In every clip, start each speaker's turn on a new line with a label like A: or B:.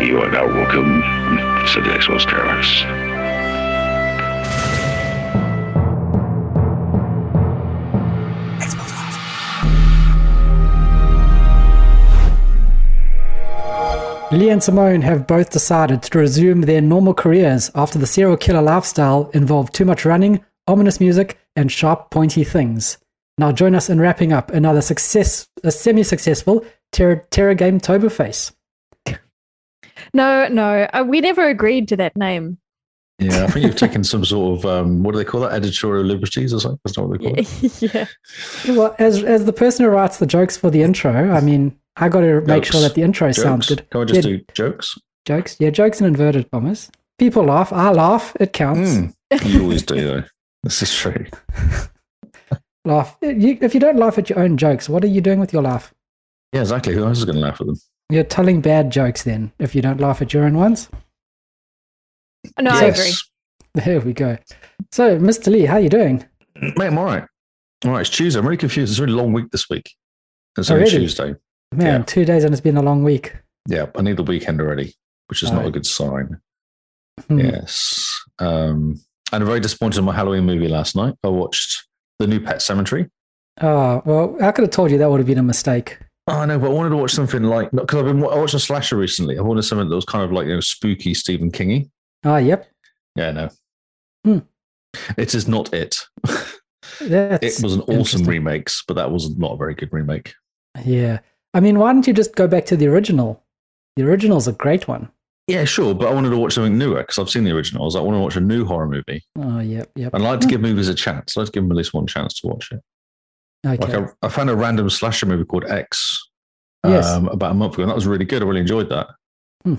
A: You are now welcome to the Exos Terrace.
B: Lee and Simone have both decided to resume their normal careers after the serial killer lifestyle involved too much running, ominous music, and sharp, pointy things. Now join us in wrapping up another success, a semi-successful Terra, terror game Toberface.
C: No, no, uh, we never agreed to that name.
D: Yeah, I think you've taken some sort of um, what do they call that? Editorial liberties or something? That's not what they call it.
C: yeah.
B: Well, as as the person who writes the jokes for the intro, I mean, I got to make sure
D: Jokes.
B: that the intro sounds
D: Jokes.
B: good.
D: Can we just
B: Yeah,
D: do jokes?
B: jokes? Yeah, jokes and inverted commas. People laugh. I laugh. It counts.
D: Mm. You always do though. This is true.
B: Laugh. You, if you don't laugh at your own jokes, what are you doing with your laugh?
D: Yeah, exactly. Who else is going to laugh at them?
B: You're telling bad jokes then, if you don't laugh at your own ones.
C: No, I agree.
B: There we go. So, Mr. Lee, how you doing?
D: agree. Mate, I'm all right. All right, it's Tuesday. I'm really confused. It's a really long week this week. It's only
B: Already?
D: Tuesday.
B: Man,
D: Yeah.
B: two days and it's been a long week.
D: Yeah, I need the weekend already, which is not a
B: Right.
D: good sign.
B: Hmm.
D: Yes. Um, and I'm very disappointed in my Halloween movie last night. I watched the new Pet Cemetery.
B: Oh, well, I could have told you that would have been a mistake.
D: Oh, I know, but I wanted to watch something like because I've been wa- I watched a slasher recently. I wanted something that was kind of like you know spooky Stephen Kingy.
B: Ah, yep.
D: Yeah, no,
B: Hmm.
D: it is not it.
B: That's,
D: it was an awesome
B: interesting.
D: remake, but that was not a very good remake.
B: Yeah. I mean, why don't you just go back to the original? The original's a great one.
D: Yeah, sure, but I wanted to watch something newer because I've seen the original. I was like, I want to watch a new horror movie.
B: Oh, yep, yep.
D: I'd like to give movies a chance. I'd like to give them at least one chance to watch it.
B: Okay.
D: Like I, I found a random slasher movie called X
B: Yes.
D: um, about a month ago, and that was really good. I really enjoyed that
B: Hmm.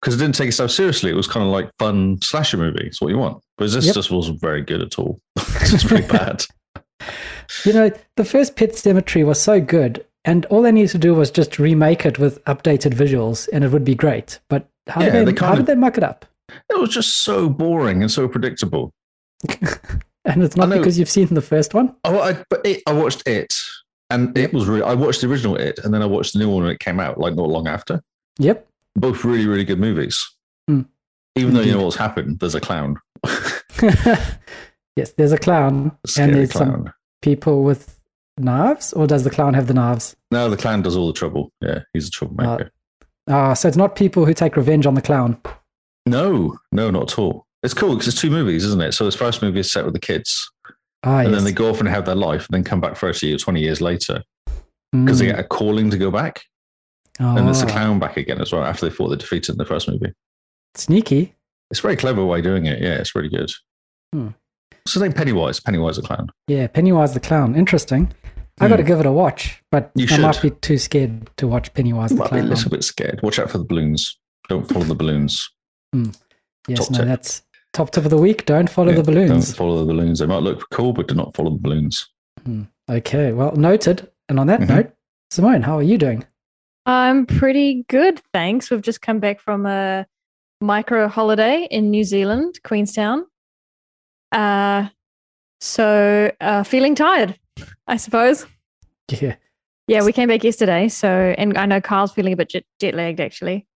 D: because it didn't take itself seriously. It was kind of like fun slasher movie. It's what you want, but this
B: Yep.
D: just wasn't very good at all. it's just pretty bad.
B: You know, the first Pet Cemetery was so good, and all they needed to do was just remake it with updated visuals, and it would be great. But how,
D: Yeah,
B: did, they,
D: they
B: how
D: kinda-
B: did they muck it up?
D: It was just so boring and so predictable.
B: And it's
D: I
B: not
D: know-
B: because you've seen the first one.
D: Oh, I, but it, I watched it, and it was really. I watched the original it, and then I watched the new one when it came out, like not long after.
B: Yep.
D: Both really, really good movies.
B: Hmm.
D: Even though you know
B: Indeed.
D: what's happened, there's a clown,
B: yes, there's a clown,
D: a
B: and um,
D: scary
B: there's
D: clown.
B: some people with knives, or does the clown have the knives?
D: No, the clown does all the trouble. Yeah, he's a troublemaker.
B: Ah, so it's not people who take revenge on the clown.
D: No, no, not at all. It's cool because it's two movies, isn't it? So this first movie is set with the kids,
B: Ah,
D: and
B: yes.
D: then they go off and have their life, and then come back 30 or 20 years later because they
B: Mm.
D: get a calling to go back, and it's the
B: Ah,
D: clown back again as well after they thought they defeated in the first movie.
B: Sneaky.
D: It's a very clever way of doing it. Yeah, it's really good.
B: Hmm.
D: So then Pennywise, Pennywise the clown.
B: Yeah, Pennywise the clown. Interesting. I got to give it a watch, but
D: Hmm. You
B: I might be
D: should.
B: too scared to watch Pennywise the
D: Might be a
B: clown.
D: little bit scared. Watch out for the balloons. Don't follow the balloons.
B: Yes,
D: Top
B: no,
D: tip.
B: that's top tip of the week. Don't follow
D: Yeah,
B: the balloons.
D: Don't follow the balloons. They might look cool, but do not follow the balloons.
B: Okay, well noted. And on that
D: Mhm.
B: note, Simone, how are you doing?
C: I'm pretty good, thanks. We've just come back from a micro holiday in New Zealand, Queenstown. Uh, so uh, feeling tired, I suppose.
B: Yeah,
C: Yeah, we came back yesterday. So, and I know Carl's feeling a bit jet, jet lagged actually.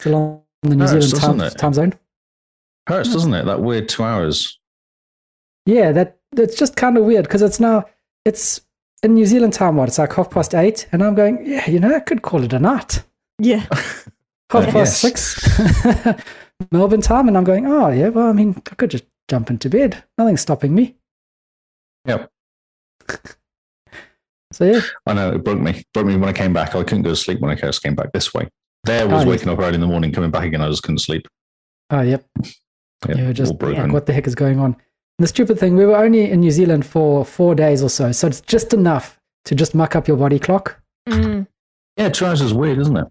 B: still on the New
D: Oh,
B: Zealand
D: still
B: time,
D: isn't it?
B: time zone.
D: Hurts,
B: Hmm.
D: doesn't it? That weird two hours.
B: Yeah, that that's just kind of weird because it's now it's in New Zealand time. What it's like half past eight, and I'm going. Yeah, you know, I could call it a night.
C: Yeah.
B: Half
D: Yeah.
B: past six, Melbourne time, and I'm going. Oh yeah, well, I mean, I could just jump into bed. Nothing's stopping me.
D: Yep.
B: So yeah,
D: I know it broke me. Broke me when I came back. I couldn't go to sleep when I first came back this way. There was
B: Oh, yes.
D: waking up early in the morning, coming back again. I just couldn't sleep.
B: oh yep.
D: Yeah,
B: you were just
D: all
B: like,
D: broken.
B: what the heck is going on? And the stupid thing, we were only in New Zealand for four days or so, so it's just enough to just muck up your body clock.
C: Mm.
D: Yeah, two hours is weird, isn't it?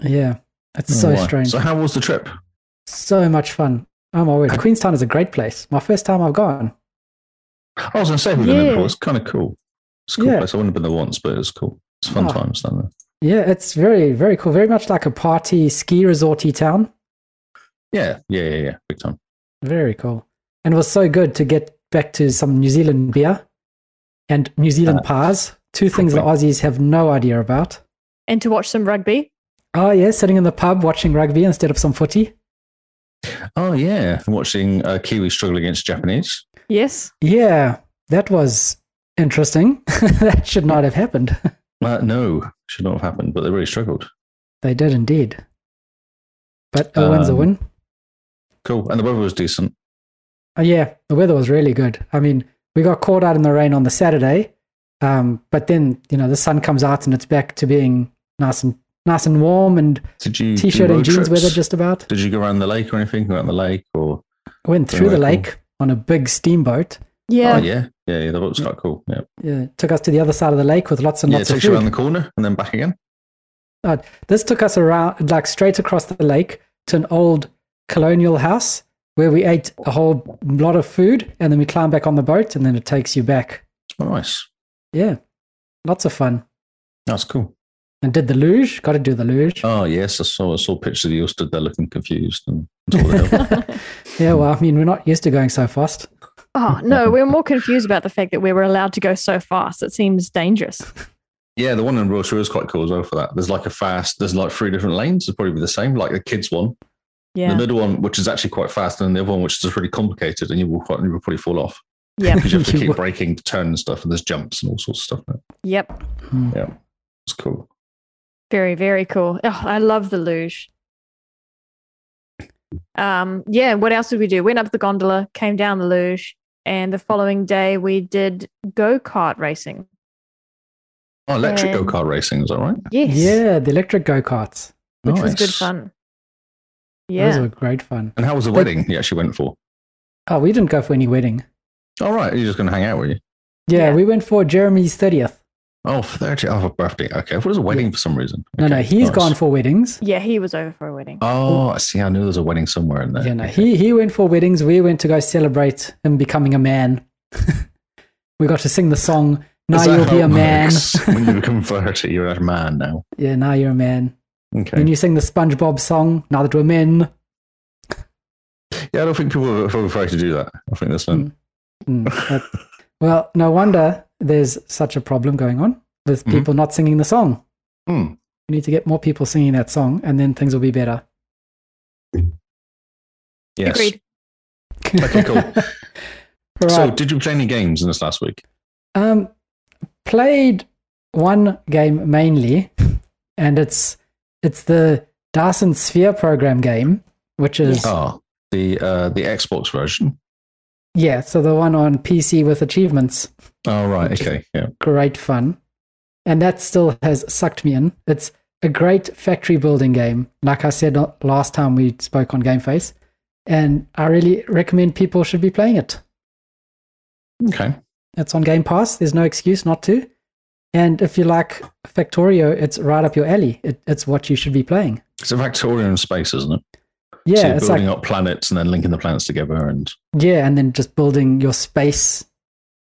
B: Yeah, it's so
D: Oh, wow.
B: strange.
D: So how was the trip?
B: So much fun. Oh my word, Queenstown is a great place. My first time I've gone.
D: I was going to say we've been there
C: Yeah.
D: before. It's kind of cool. It's a cool
B: Yeah.
D: place. I wouldn't have been there once, but it's cool. It's fun
B: Ah.
D: times down there.
B: Yeah, it's very, very cool. Very much like a party ski resorty town.
D: Yeah, yeah, yeah, yeah. Big time.
B: Very cool. And it was so good to get back to some New Zealand beer and New Zealand pies. Two things the Aussies have no idea about.
C: And to watch some rugby.
B: Oh yeah, sitting in the pub watching rugby instead of some footy.
D: Oh yeah, I'm watching uh, Kiwi struggle against Japanese.
C: Yes.
B: Yeah, that was interesting. that should not have happened.
D: Uh, no, should not have happened, but they really struggled.
B: They did indeed. But a win's a
D: Um,
B: win.
D: Cool, and the weather was decent.
B: Oh, yeah, the weather was really good. I mean, we got caught out in the rain on the Saturday, um, but then you know the sun comes out and it's back to being nice and nice and warm and
D: Did you do
B: t-shirt and
D: road
B: jeans
D: Mm, trips?
B: weather just about.
D: Did you go around the lake or anything? Go around the lake or?
B: Went through
D: Very
B: the
D: cool.
B: lake on a big steamboat.
C: Yeah.
D: Oh yeah, yeah, yeah that was quite cool. Yeah,
B: Yeah, took us to the other side of the lake with lots and
D: yeah. It
B: lots of
D: takes you around
B: food.
D: the corner and then back again.
B: This took us around, like straight across the lake to an old colonial house where we ate a whole lot of food and then we climbed back on the boat and then it takes you back.
D: Oh, nice.
B: Yeah, lots of fun.
D: That's cool.
B: And did the luge? Got to do the luge.
D: Oh yes, I saw I saw pictures of you all stood there looking confused and and all that.
B: Yeah, well, I mean, we're not used to going so fast.
C: Oh no, we were more confused about the fact that we were allowed to go so fast. It seems dangerous.
D: yeah, the one in Wiltshire is quite cool as well for that. There's like a fast. There's like three different lanes. It'd probably be the same, like the kids one, the
C: Yeah.
D: middle one, which is actually quite fast, and then the other one, which is just really complicated, and you will quite, you will probably fall off
C: Yep.
D: because you have to
B: You will.
D: keep braking to turn and stuff, and there's jumps and all sorts of stuff. in it.
C: Yep.
B: Hmm.
D: It's cool.
C: Very, very cool. Oh, I love the luge. Um, yeah, what else did we do? Went up the gondola, came down the luge, and the following day we did go-kart racing.
D: Oh, electric
C: And-
D: go kart racing is that right?
C: Yes.
B: Yeah, the electric go karts.
C: Which was good
D: Nice.
C: fun.
B: Those
C: Yeah.
B: were great fun.
D: And how was the
B: But-
D: wedding you actually went for?
B: Oh, we didn't go for any wedding.
D: All right, you're just going to hang out, were you?
B: Yeah,
C: Yeah.
B: we went for Jeremy's 30th.
D: Oh, 30th oh, for birthday. Okay, I thought it was a wedding for some reason.
B: No,
D: okay,
B: no, he's
D: nice.
B: gone for weddings.
C: Yeah, he was over for a wedding.
D: Oh, I see. I knew there was a wedding somewhere in there.
B: Yeah, no,
D: Okay.
B: he, he went for weddings. We went to go celebrate him becoming a man. we got to sing the song, Now
D: Is that
B: You'll
D: how
B: Be
D: it
B: a Man.
D: works? when you become 30, you're a man now.
B: yeah, Now You're a Man.
D: Okay.
B: When you sing the SpongeBob song, Now That We're Men.
D: yeah, I don't think people are feel afraid to do that. I think that's not.
B: Mm. Mm, but- well, no wonder there's such a problem going on with
D: Mhm.
B: people not singing the song.
D: Hmm.
B: We need to get more people singing that song, and then things will be better.
D: Yes.
C: Agreed.
D: Okay, cool.
B: Right.
D: So, did you play any games in this last week?
B: Um, played one game mainly, and it's it's the Dyson Sphere program game, which is
D: Oh, the uh, the Xbox version.
B: yeah, so the one on PC with achievements.
D: Oh, right. Okay. Yeah.
B: great fun. And that still has sucked me in. It's a great factory building game, like I said uh, last time we spoke on Game Face. And I really recommend people should be playing it.
D: Okay.
B: It's on Game Pass. There's no excuse not to. And if you like Factorio, it's right up your alley. It, it's what you should be playing.
D: It's a Victorian in space, isn't it? so
B: Yeah,
D: you're
B: it's
D: building
B: like
D: up planets and then linking the planets together. And
B: yeah, and then just building your space.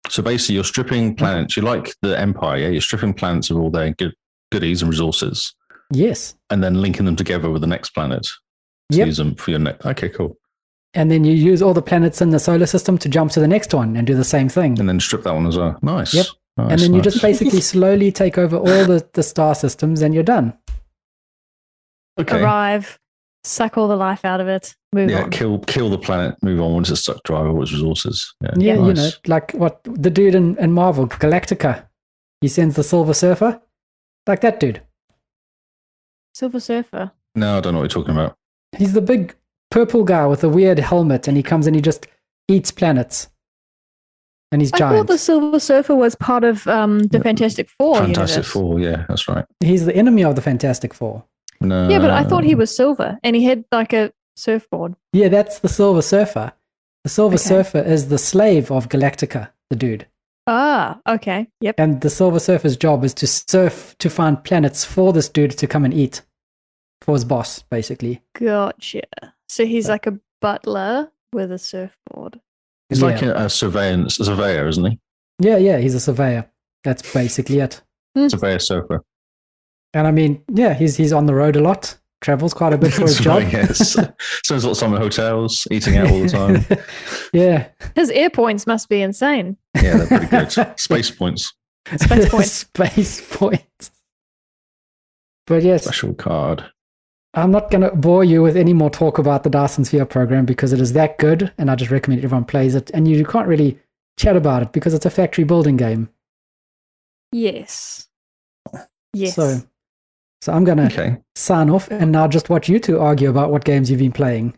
D: so basically, you're stripping planets. You like the Empire, yeah? You're stripping planets of all their good, goodies and resources,
B: Yes.
D: and then linking them together with the next planet to
B: Yep.
D: use them for your next. Okay, cool.
B: And then you use all the planets in the solar system to jump to the next one and do the same thing.
D: And then strip that one as well. Nice.
B: Yep.
D: Nice,
B: and then you
D: nice.
B: just basically slowly take over all the, the star systems and you're done.
D: okay.
C: Arrive, suck all the life out of it, move
D: Yeah,
C: on.
D: kill kill the planet, move on once it's stuck, drive all its resources. Yeah,
B: Yeah, you
D: nice.
B: know, like what the dude in, in Marvel, Galactica. He sends the Silver Surfer. Like that dude.
C: Silver Surfer.
D: No, I don't know what you're talking about.
B: He's the big purple guy with the weird helmet and he comes and he just eats planets. And he's
C: I thought
B: giant.
C: the Silver Surfer was part of um, the Fantastic Four.
D: Fantastic
C: universe.
D: Four, yeah, that's right.
B: He's the enemy of the Fantastic Four.
D: No,
C: Yeah, but I thought he was silver and he had like a surfboard.
B: Yeah, that's the Silver Surfer. The Silver
C: Okay.
B: Surfer is the slave of Galactica, the dude.
C: Ah, okay. Yep.
B: And the Silver Surfer's job is to surf to find planets for this dude to come and eat. For his boss, basically.
C: Gotcha. So he's like a butler with a surfboard.
D: he's
B: yeah.
D: like a, a surveillance a surveyor, isn't he?
B: Yeah, yeah, he's a surveyor. That's basically it.
D: Surveyor surfer.
B: And I mean, yeah, he's he's on the road a lot, travels quite a bit for his job.
D: Surveyor, yes. Spends lots of time in hotels, eating out all the time.
B: yeah.
C: His air points must be insane.
D: Yeah, they're pretty good. Space points.
C: Space points.
B: Space points. But yes,
D: Special card.
B: I'm not going to bore you with any more talk about the Dyson Sphere program because it is that good, and I just recommend everyone plays it. And you can't really chat about it because it's a factory building game.
C: Yes. Yes.
B: So, so I'm going to
D: Okay.
B: sign off and now just watch you two argue about what games you've been playing.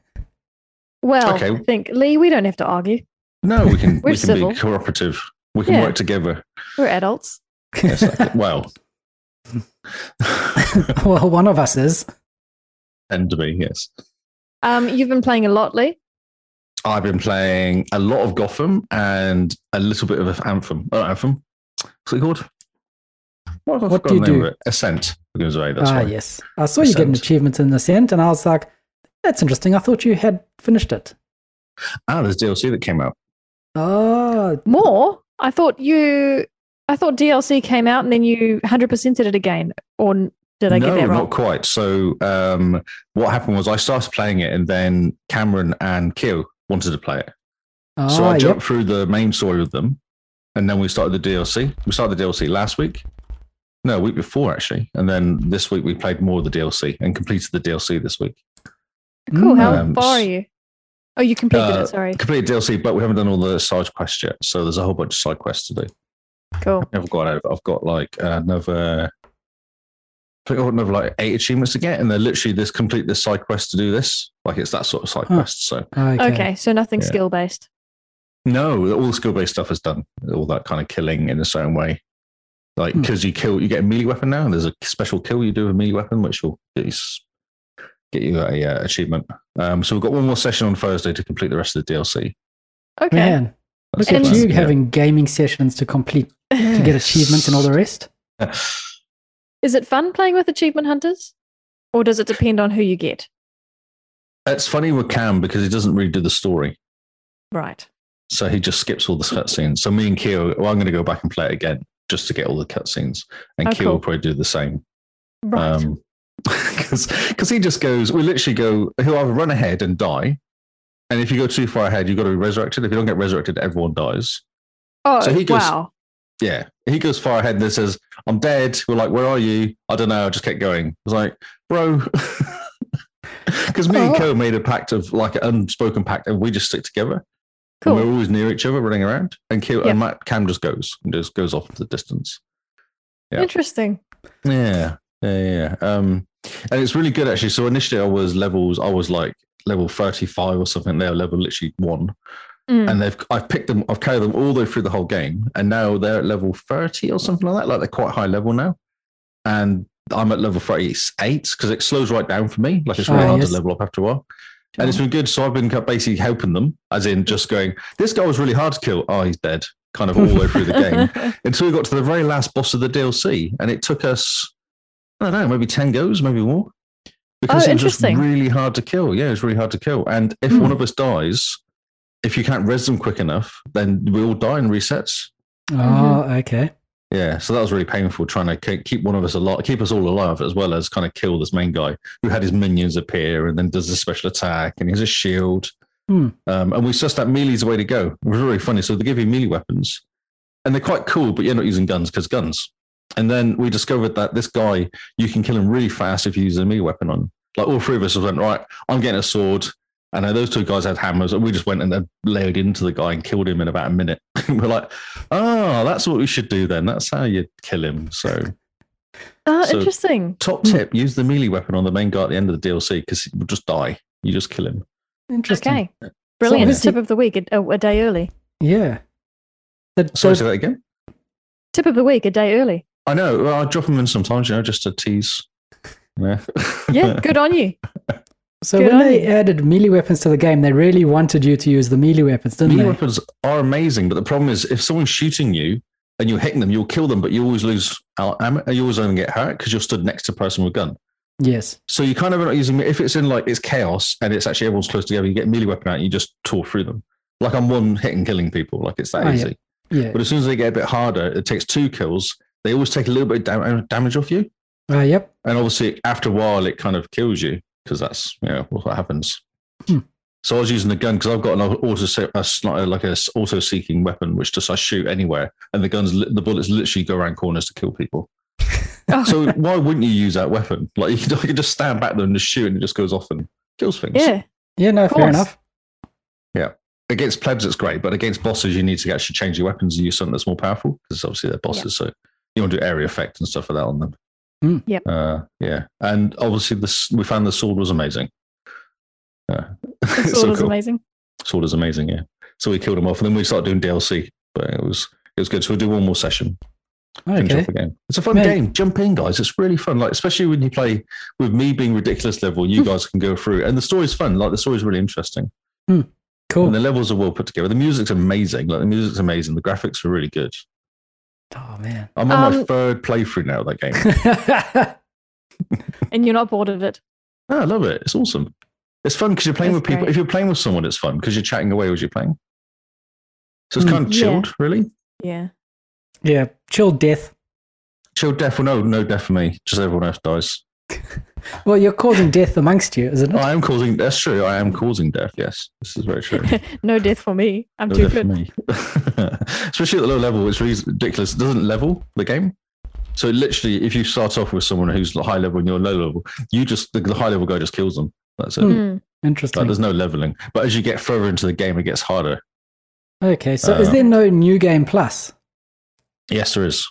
C: well,
D: Okay.
C: I think Lee, we don't have to argue.
D: No, we can
C: We're
D: we can
C: civil.
D: be cooperative. We can
C: Yeah.
D: work together.
C: We're adults.
D: Yes, I- well,
B: well, one of us is.
D: and to me, yes.
C: Um, you've been playing a lot, Lee.
D: I've been playing a lot of Gotham and a little bit of Anthem. Oh, Anthem. What's it called? What, have I
B: What do
D: forgotten
B: you
D: the name
B: do?
D: of it? Ascent. I'm going to say that's
B: Ah,
D: right.
B: yes. I saw you get an
D: Ascent.
B: achievement in Ascent, and I was like, that's interesting. I thought you had finished it.
D: Ah, there's DLC that came out.
B: Oh,
C: More. I thought you. I thought DLC came out and then you 100%ed it again. Or n- did I
D: no,
C: get that wrong?
D: not quite. So um, what happened was I started playing it, and then Cameron and Keo wanted to play it.
B: ah
D: so I jumped
B: yep.
D: through the main story with them, and then we started the DLC. We started the DLC last week. No, week before actually, and then this week we played more of the DLC and completed the DLC this week.
C: Cool. How
D: Um,
C: far are you? Oh, you completed
D: uh,
C: it. Sorry.
D: Completed DLC, but we haven't done all the side quests yet. So there's a whole bunch of side quests to do.
C: Cool.
D: I've got over. I've got like uh, another. I think I've got another like eight achievements to get, and they're literally this complete this side quest to do this. Like it's that sort of side
B: Huh.
D: quest. So
C: Okay.
B: Okay.
C: so nothing
D: Yeah.
C: skill based.
D: No, all the skill based stuff is done. All that kind of killing in a certain way. Like
B: Hmm.
D: because you kill, you get a melee weapon now. And there's a special kill you do with a melee weapon, which will get you, s- get you a uh, achievement. Um, so we've got one more session on Thursday to complete the rest of the DLC.
C: Okay.
B: Man, look
D: That's the
B: at
D: plan.
B: you
D: Yeah.
B: having gaming sessions to complete, to get achievements and all the rest.
C: Is it fun playing with achievement hunters? Or does it depend on who you get?
D: It's funny with Cam because he doesn't really do the story,
C: Right.
D: so he just skips all the cutscenes. So me and Keo, well, I'm going to go back and play it again just to get all the cutscenes, and
C: Oh,
D: Keo
C: cool.
D: will probably do the same.
C: Right.
D: Um 'cause because he just goes, we literally go, he'll either run ahead and die. And if you go too far ahead, you've got to be resurrected. If you don't get resurrected, everyone dies.
C: oh,
D: so he goes-
C: wow.
D: Yeah. He goes far ahead and then says, I'm dead. We're like, where are you? I don't know. I just kept going. It's like, bro. Because me and
B: Oh.
D: Co made a pact of like an unspoken pact and we just stick together.
C: Cool.
D: And we're always near each other running around. And, Ko
C: Yeah.
D: and Matt Cam just goes and just goes off into the distance. yeah.
C: Interesting.
D: Yeah, yeah, yeah. yeah. Um, and it's really good actually. So initially, I was levels. I was like level thirty-five or something. They're level literally one,
B: Hmm.
C: Mm.
D: and they've I've picked them. I've carried them all the way through the whole game, and now they're at level thirty or something like that. Like they're quite high level now, and I'm at level thirty-eight because it slows right down for me. Like it's really
B: Ah,
D: hard
B: yes.
D: to level up after a while. And it's been good. So I've been basically helping them, as in just going, this guy was really hard to kill. Oh, he's dead. Kind of all the way through the game until we got to the very last boss of the DLC, and it took us, I don't know, maybe ten goes, maybe more, because
C: Oh,
D: it was just
C: interesting.
D: really hard to kill. Yeah, it was really hard to kill. And if
B: Hmm.
D: one of us dies, if you can't res them quick enough, then we all die and resets.
C: Mm-hmm.
B: Oh, okay.
D: Yeah, so that was really painful trying to ke- keep one of us alive, keep us all alive, as well as kind of kill this main guy who had his minions appear and then does a special attack and he has a shield.
B: Hmm.
D: Um, and we sussed that melee's the way to go. It was really funny. So they give you melee weapons and they're quite cool, but you're not using guns because guns. And then we discovered that this guy, you can kill him really fast if you use a melee weapon on. Like all three of us went, right, I'm getting a sword. And then those two guys had hammers, and we just went and then layered into the guy and killed him in about a minute. we're like, Oh, that's what we should do then. That's how you kill him. So,
C: oh,
D: so-
C: interesting.
D: top tip use the melee weapon on the main guy at the end of the DLC because he will just die. You just kill him.
B: Interesting.
C: Okay. Brilliant
B: obviously-
C: tip of the week, a, a- a day early.
B: Yeah. The,
D: Sorry,
B: the-
D: say that again.
C: Tip of the week, a day early.
D: I know. Well, I drop them in sometimes, you know, just to tease. Yeah.
C: Yeah, good on you.
B: so
C: Good
B: when
C: on
B: they
C: you.
B: added melee weapons to the game, they really wanted you to use the melee weapons, didn't
D: melee
B: they?
D: weapons are amazing, but the problem is if someone's shooting you and you're hitting them, you'll kill them, but you always lose. al- am- You always only get hurt because you're stood next to a person with a gun.
B: Yes.
D: So you kind of are not using if it's in like it's chaos and it's actually everyone's close together. You get a melee weapon out, you just tore through them. Like I'm one hit and killing people. Like it's that
B: Oh, yeah.
D: easy.
B: Yeah.
D: But as soon as they get a bit harder, it takes two kills. They always take a little bit of dam- damage off you,
B: Uh, yep.
D: and obviously after a while, it kind of kills you because that's you know what happens.
B: Hmm.
D: So I was using the gun because I've got an auto se- a, s- like a- like a auto seeking weapon, which just I shoot anywhere, and the guns li- the bullets literally go around corners to kill people.
C: Oh,
D: So why wouldn't you use that weapon? Like you could, I could just stand back there and just shoot, and it just goes off and kills things.
C: yeah.
B: Yeah, no, fair
C: course.
B: enough.
D: Against plebs, it's great, but against bosses, you need to actually change your weapons and use something that's more powerful because obviously they're bosses. So you want to do area effect and stuff like that on them.
B: Mm.
C: Yep.
D: Uh, yeah, and obviously this we found the sword was amazing. Uh,
C: The sword was amazing.
D: Sword is amazing, yeah. So we killed him off, and then we started doing DLC. But it was it was good. So we'll do one more session. Finish
B: Okay.
D: off the game. It's a fun
B: Man.
D: game. Jump in, guys. It's really fun. Like especially when you play with me being ridiculous level,
B: Hmm.
D: you guys can go through, and the story's fun. Like the story's really interesting,
B: Cool.
D: and the levels are well put together. The music's amazing. Like the music's amazing. The graphics are really good.
B: Oh, man.
D: I'm on my
C: Um,
D: third playthrough now of that game.
C: And you're not bored of it.
D: Oh, I love it. It's awesome. It's fun because you're playing
C: That's
D: with people.
C: great.
D: If you're playing with someone, it's fun because you're chatting away as you're playing. So it's
B: Mm.
D: kind of
C: Yeah.
D: chilled, really.
C: Yeah.
B: yeah, chill death.
D: Chilled death. Well, no, no death for me. Just everyone else dies.
B: Well, you're causing death amongst you, isn't it?
D: I am causing. That's true. I am causing death. Yes, this is very true.
C: no death for me. I'm
D: No
C: too
D: death for
C: good.
D: me. Especially at the low level, it's really ridiculous. It doesn't level the game. So literally, if you start off with someone who's high level and you're low level, you just the, the high level guy just kills them. That's it.
B: Hmm.
C: Mm.
D: Like,
B: Interesting.
D: there's no leveling. But as you get further into the game, it gets harder.
B: okay, so is
D: Uh,
B: there no new game plus?
D: Yes, there is.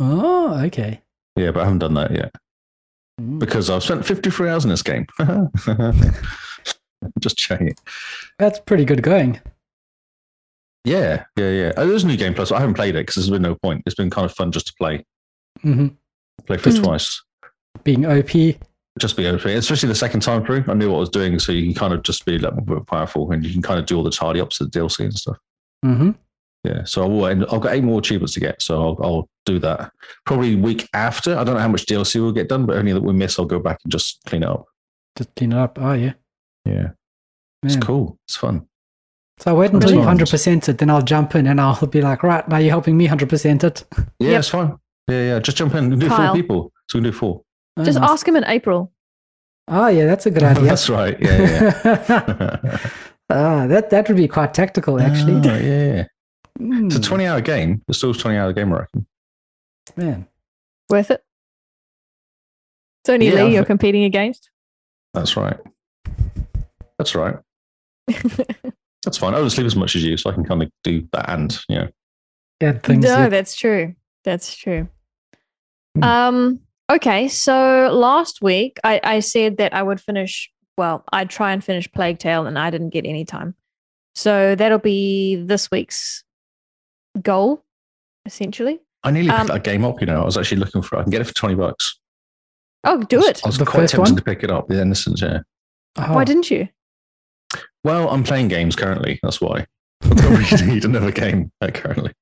B: Oh, okay.
D: Yeah, but I haven't done that yet
B: Mm.
D: because I've spent 53 hours in this game. just checking.
B: That's pretty good going.
D: Yeah, yeah, yeah. Oh, there's a new game plus. I haven't played it because there's been no point. It's been kind of fun just to play,
B: hmm
D: play for
C: Mm.
D: twice.
B: Being OP.
D: just be open, especially the second time through. I knew what I was doing, so you can kind of just be a little bit powerful, and you can kind of do all the tidy ups of the DLC and stuff.
B: hmm
D: Yeah, so I will. And I've got eight more achievements to get, so I'll, I'll do that probably week after. I don't know how much DLC will get done, but only that we miss, I'll go back and just clean it up.
B: Just clean it up. Oh, yeah.
D: Yeah, it's
B: Man.
D: cool. It's fun.
B: So I wait until
D: Really?
B: you've 100% it, then I'll jump in and I'll be like, right, now you're helping me 100% it.
D: Yeah,
C: Yep.
D: it's fun. Yeah, yeah. Just jump in. We can do
C: Kyle.
D: four people, so we can do four.
B: Oh,
C: Just
B: nice.
C: ask him in April.
B: Oh, yeah, that's a good idea.
D: That's right. Yeah, yeah.
B: ah, that, that would be quite tactical, actually.
D: Oh, yeah. It's a
B: Mm,
D: twenty-hour game. It's still a twenty-hour game, I reckon.
B: man.
C: Worth it. It's only
D: Yeah, I
C: Lee you're
D: think-
C: competing against.
D: That's right. That's right. That's fine. I don't sleep as much as you, so I can kind of do that and, you know.
B: Add things.
C: no,
B: yeah.
C: that's true. That's true.
D: Hmm.
C: Um, okay, so last week I, I said that I would finish, well, I'd try and finish Plague Tale and I didn't get any time. So that'll be this week's goal, essentially.
D: I nearly
C: Um,
D: picked that game up, you know. I was actually looking for it. I can get it for 20 bucks.
C: Oh,
D: I
C: do
D: was-
C: it.
D: I was
B: The
D: quite
B: first
D: tempted
B: one?
D: to pick it up, The Innocence, yeah.
B: Oh,
C: Why didn't you?
D: Well, I'm playing games currently. That's why. I don't really need another game uh, currently.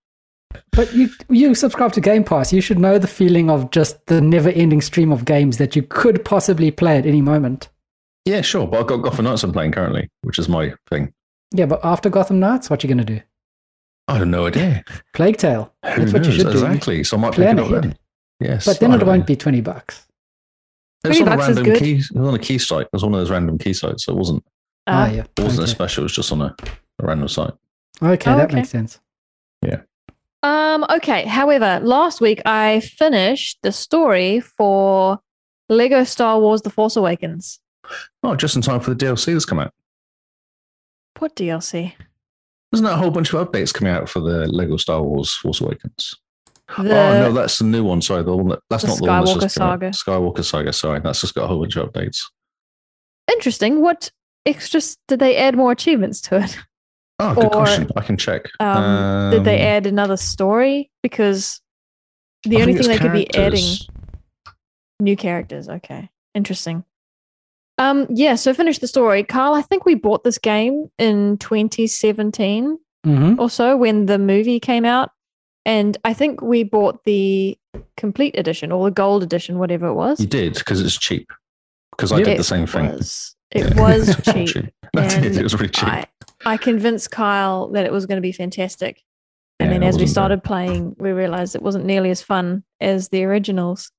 B: But you you subscribe to Game Pass. You should know the feeling of just the never ending stream of games that you could possibly play at any moment.
D: Yeah, sure. But I've got Gotham Knights I'm playing currently, which is my thing.
B: Yeah, but after Gotham Knights, what you gonna do?
D: I have no idea.
B: Plague Tale.
D: Who
B: That's
D: knows?
B: what you should do.
D: exactly. So I might
B: Plan
D: pick it up
B: ahead.
D: then. Yes.
B: But then
D: I
B: it
D: don't know.
B: won't be twenty bucks.
D: It was
C: 20
D: on a
C: bucks is
D: random
C: good.
D: key. It was on a key site. It was one of those random key sites. So it wasn't,
B: Ah,
C: Uh,
B: yeah.
D: it wasn't a
B: Okay,
D: special. It was just on a, a random site.
B: Okay,
C: Oh,
B: that
C: okay.
B: makes sense.
C: Um, okay. However, last week I finished the story for Lego Star Wars The Force Awakens.
D: Oh, just in time for the DLC that's come out.
C: What DLC?
D: Isn't that a whole bunch of updates coming out for the Lego Star Wars Force Awakens?
C: The,
D: oh no, that's the new one. Sorry, the one that, that's
C: the
D: not the one that's
C: Skywalker
D: just come out. Skywalker Saga. Sorry, that's just got a whole bunch of updates.
C: Interesting. What extras did they add more achievements to it?
D: Oh, good
C: Or,
D: question. I can check.
C: Um, did they
D: Um,
C: add another story? Because the
D: I
C: only
D: think
C: thing they
D: it's
C: could be adding
D: characters.
C: new characters. Okay. Interesting. Um, yeah, so finish the story. Carl, I think we bought this game in 2017.
B: Mm-hmm.
C: also when the movie came out and i think we bought the complete edition or the gold edition whatever it was
D: You did because it's cheap. Because I
B: Yeah.
D: did the same thing.
C: was, it
D: Yeah.
C: was
D: It's
C: cheap,
D: I did.
C: and
D: It was really cheap.
C: I, I convinced kyle that it was going to be fantastic and
D: Yeah,
C: then
D: it
C: as we
D: wasn't bad.
C: started playing we realized it wasn't nearly as fun as the originals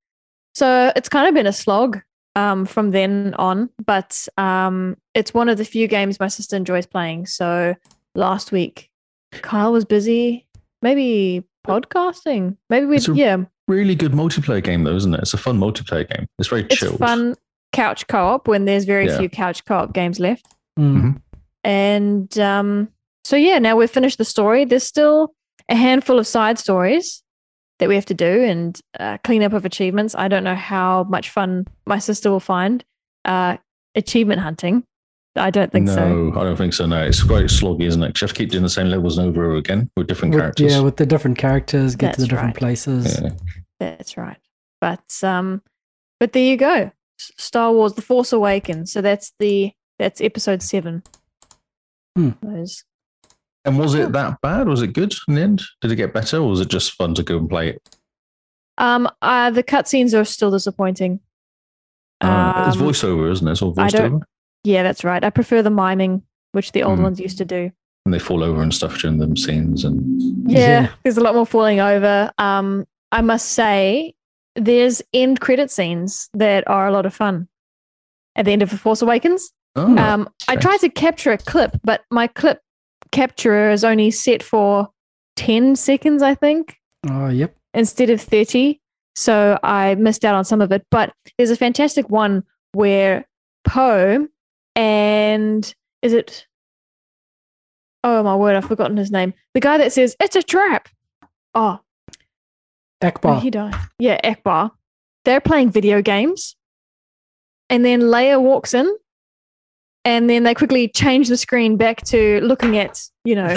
C: so it's kind of been a slog um, from then on but um, it's one of the few games my sister enjoys playing so last week kyle was busy maybe podcasting maybe we
D: It's a-
C: yeah
D: really good multiplayer game though, isn't it? It's a fun multiplayer game. It's very
C: It's
D: chilled.
C: fun couch co-op when there's very
D: Yeah.
C: few couch co-op games left.
D: Mm-hmm.
B: Mm.
C: And um, so yeah, now we've finished the story. There's still a handful of side stories that we have to do and uh, cleanup of achievements. I don't know how much fun my sister will find uh, achievement hunting. I don't think
D: no,
C: so.
D: I don't think so. No, it's quite sloggy, isn't it? 'Cause you have to keep doing the same levels and over and over again with different
B: With-
D: characters.
B: yeah, with the different characters, get to the
C: That's
B: different
C: right.
B: places.
D: Yeah.
C: That's right. But um, but there you go. S- Star Wars: The Force Awakens. So that's the that's episode seven.
B: Hmm.
C: Those
D: And was it that bad? Was it good in the end? Did it get better, or was it just fun to go and play it?
C: Um, uh, the cutscenes are still disappointing.
D: Uh, it's
C: Um,
D: voiceover, isn't it? It's all
C: I
D: voiced
C: don't-
D: over,
C: Yeah, that's right. I prefer the miming, which the old
D: Hmm.
C: ones used to do.
D: and they fall over and stuff during them scenes. And
C: Yeah,
B: Yeah.
C: there's a lot more falling over. Um, I must say, there's end credit scenes that are a lot of fun. At the end of The Force Awakens,
D: oh,
C: um, I
D: okay.
C: tried to capture a clip, but my clip capturer is only set for ten seconds, I think.
B: Oh, yep.
C: instead of 30. So I missed out on some of it. But there's a fantastic one where Poe and is it? Oh my word, I've forgotten his name. The guy that says, it's a trap. Oh, no,
B: Akbar.
C: he died. Yeah, Akbar. They're playing video games. And then Leia walks in. And then they quickly change the screen back to looking at, you know,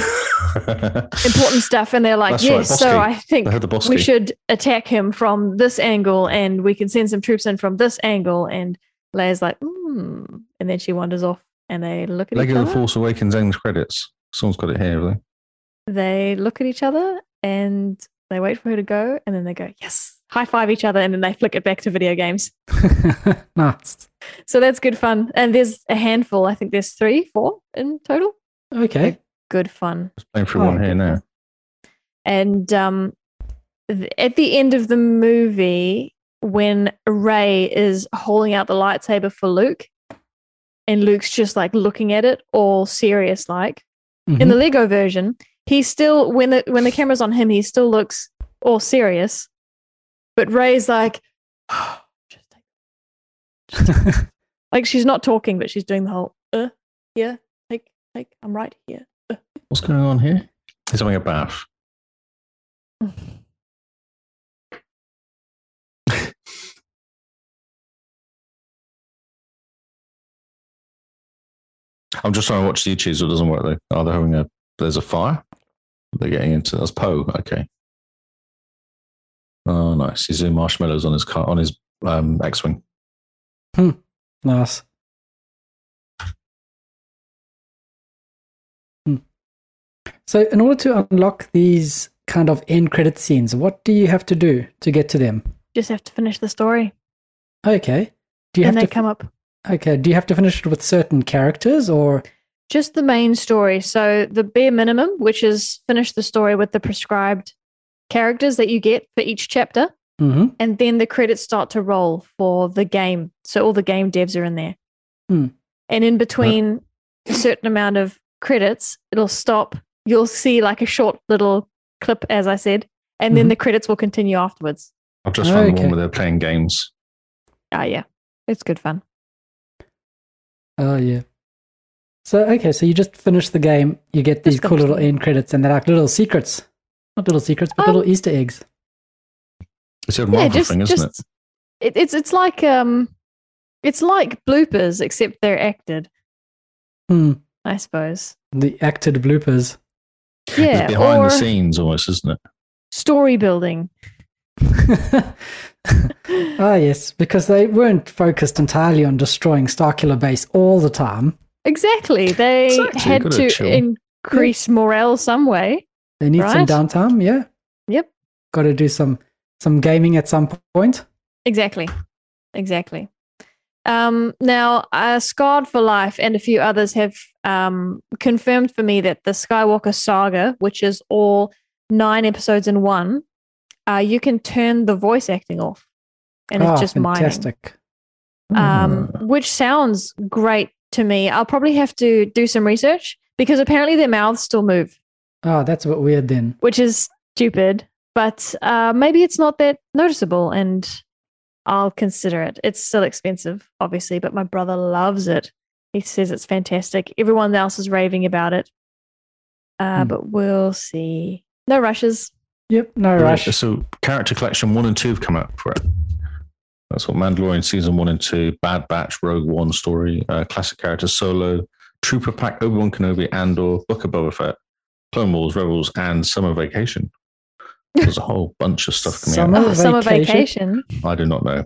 C: Um, important stuff. And they're like,
D: That's right,
C: yes, so
D: Bosky.
C: I think
D: They had the boss
C: we
D: key.
C: should attack him from this angle and we can send some troops in from this angle and Leia's like hmm and then she wanders off and they look at each
D: Lego The
C: other
D: Force Awakens end credits. Someone's got it here, have
C: they look at each other and they wait for her to go and then they go yes high five each other and then they flick it back to video games
B: nice.
C: so that's good fun and there's a handful I think there's three four in total
B: Okay.
C: good fun
D: Just playing through
B: Oh,
D: one here now.
C: And um, th- at the end of the movie, when Ray is holding out the lightsaber for Luke, and Luke's just like looking at it, all serious like. In
B: Mm-hmm.
C: the Lego version, he still when the when the camera's on him, he still looks all serious. But Ray's like,
B: Mm-hmm.
C: just take
B: Mhm.
C: like she's not talking, but she's doing the whole, uh, yeah, like, like I'm right here.
D: What's going on here? He's having a bath. I'm just trying to watch YouTube, so it doesn't work though. Are they having a? There's a fire. They're getting into that's Poe. Okay. Oh, nice. He's doing marshmallows on his car on his um, X-wing.
B: nice. Hmm. So, in order to unlock these kind of end credit scenes, what do you have to do to get to them?
C: Just have to finish the story,
B: Okay. Do you
C: and they
B: have to?
C: come up
B: okay. Do you have to finish it with certain characters, or
C: just the main story. So the bare minimum, which is finish the story with the prescribed characters that you get for each chapter,
B: Mhm.
C: and then the credits start to roll for the game. So all the game devs are in there,
B: Hmm.
C: and in between a certain amount of credits, it'll stop. You'll see like a short little clip, as I said, and then
B: Mhm.
C: the credits will continue afterwards.
D: I've just found
B: Okay.
D: one where they're playing games.
C: Ah, yeah, it's good fun.
B: Oh yeah. So okay, so you just finish the game, you get these
C: Just
B: cool
C: finish
B: little
C: the game.
B: end credits, and they're like little secrets. Not little secrets, but
C: Um,
B: little Easter eggs.
D: It's a Marvel thing, isn't it?
C: it- It's it's like um, it's like bloopers except they're acted,
B: Hmm.
C: I suppose.
B: The acted bloopers.
C: Yeah,
D: it's behind
C: or
D: the scenes almost, isn't it?
C: story building.
B: ah yes, because they weren't focused entirely on destroying Starkiller Base all the time.
C: Exactly. They
D: Exactly,
C: had
D: gotta
C: to
D: chill.
C: increase morale some way.
B: They need some
C: Right.
B: downtime, yeah.
C: Yep.
B: Got to do some some gaming at some point.
C: Exactly. Exactly. Um, now, uh, Scarred for Life and a few others have um, confirmed for me that the Skywalker saga, which is all nine episodes in one, uh, you can turn the voice acting off and
B: Ah,
C: it's just mining.
B: fantastic.
C: um,
B: Uh.
C: which sounds great to me. I'll probably have to do some
B: Ah,
C: research because apparently their mouths still move,
B: Oh, that's a bit weird then.
C: which is stupid. but uh, maybe it's not that noticeable and I'll consider it. It's still expensive, obviously, but my brother loves it. He says it's fantastic. Everyone else is raving about it. Uh,
B: Hmm.
C: But we'll see. No rushes.
B: Yep, no rush.
D: So character collection one and two have come out for it. That's what Mandalorian season one and two, Bad Batch, Rogue One story, uh, classic characters, Solo, Trooper Pack, Obi Wan Kenobi, Andor, Book of Boba Fett, Clone Wars, Rebels, and Summer Vacation. There's a whole bunch of stuff coming
B: Summer
C: Oh, summer
B: vacation?
C: vacation.
D: out. I do not know.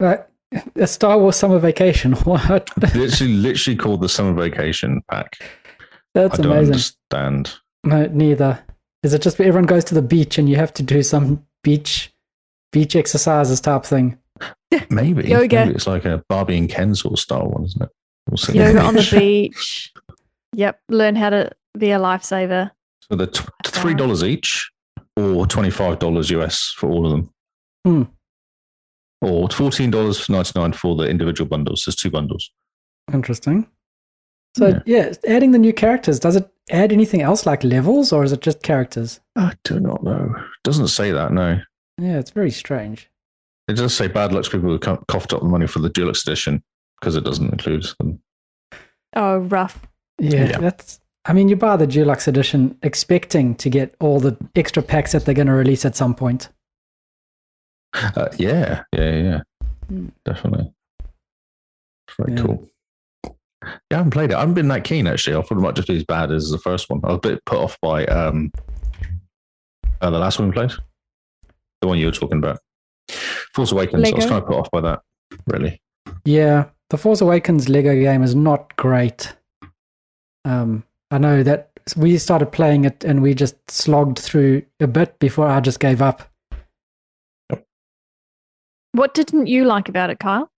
B: Like, a Star Wars summer vacation. What?
D: Literally, literally called the Summer Vacation Pack.
B: That's
D: I don't
B: amazing.
D: understand.
B: No, neither. Is it just everyone goes to the beach and you have to do some beach beach exercises type thing?
D: Maybe,
C: Yoga.
D: maybe it's like a Barbie and Ken sort of style one, isn't it? We'll see.
C: Yoga on the beach. Yep. Learn how to be a lifesaver.
D: So they're tw- three dollars each, or twenty five dollars US for all of them,
B: Hmm.
D: or fourteen dollars ninety nine for the individual bundles. There's two bundles.
B: Interesting. So yeah. adding the new characters, does it add anything else like levels or is it just characters?
D: I do not know. Doesn't say that. No,
B: Yeah, it's very strange.
D: it does say bad luck to people who co- coughed up the money for the deluxe edition because it doesn't include them.
C: Oh, rough.
B: Yeah,
D: Yeah.
B: that's I mean you buy the Dulux edition expecting to get all the extra packs that they're gonna release at some point.
D: Uh, yeah, yeah, yeah,
B: Hmm.
D: definitely. Very
B: Yeah.
D: cool. Yeah, I haven't played it. I haven't been that keen actually. I thought it might just be as bad as the first one. I was a bit put off by um, uh, the last one we played, the one you were talking about, Force Awakens. I was
C: Lego?
D: kind of put off by that, really.
B: Yeah. The Force Awakens Lego game is not great. Um I know that we started playing it and we just slogged through a bit before I just gave up.
C: What didn't you like about it, Kyle?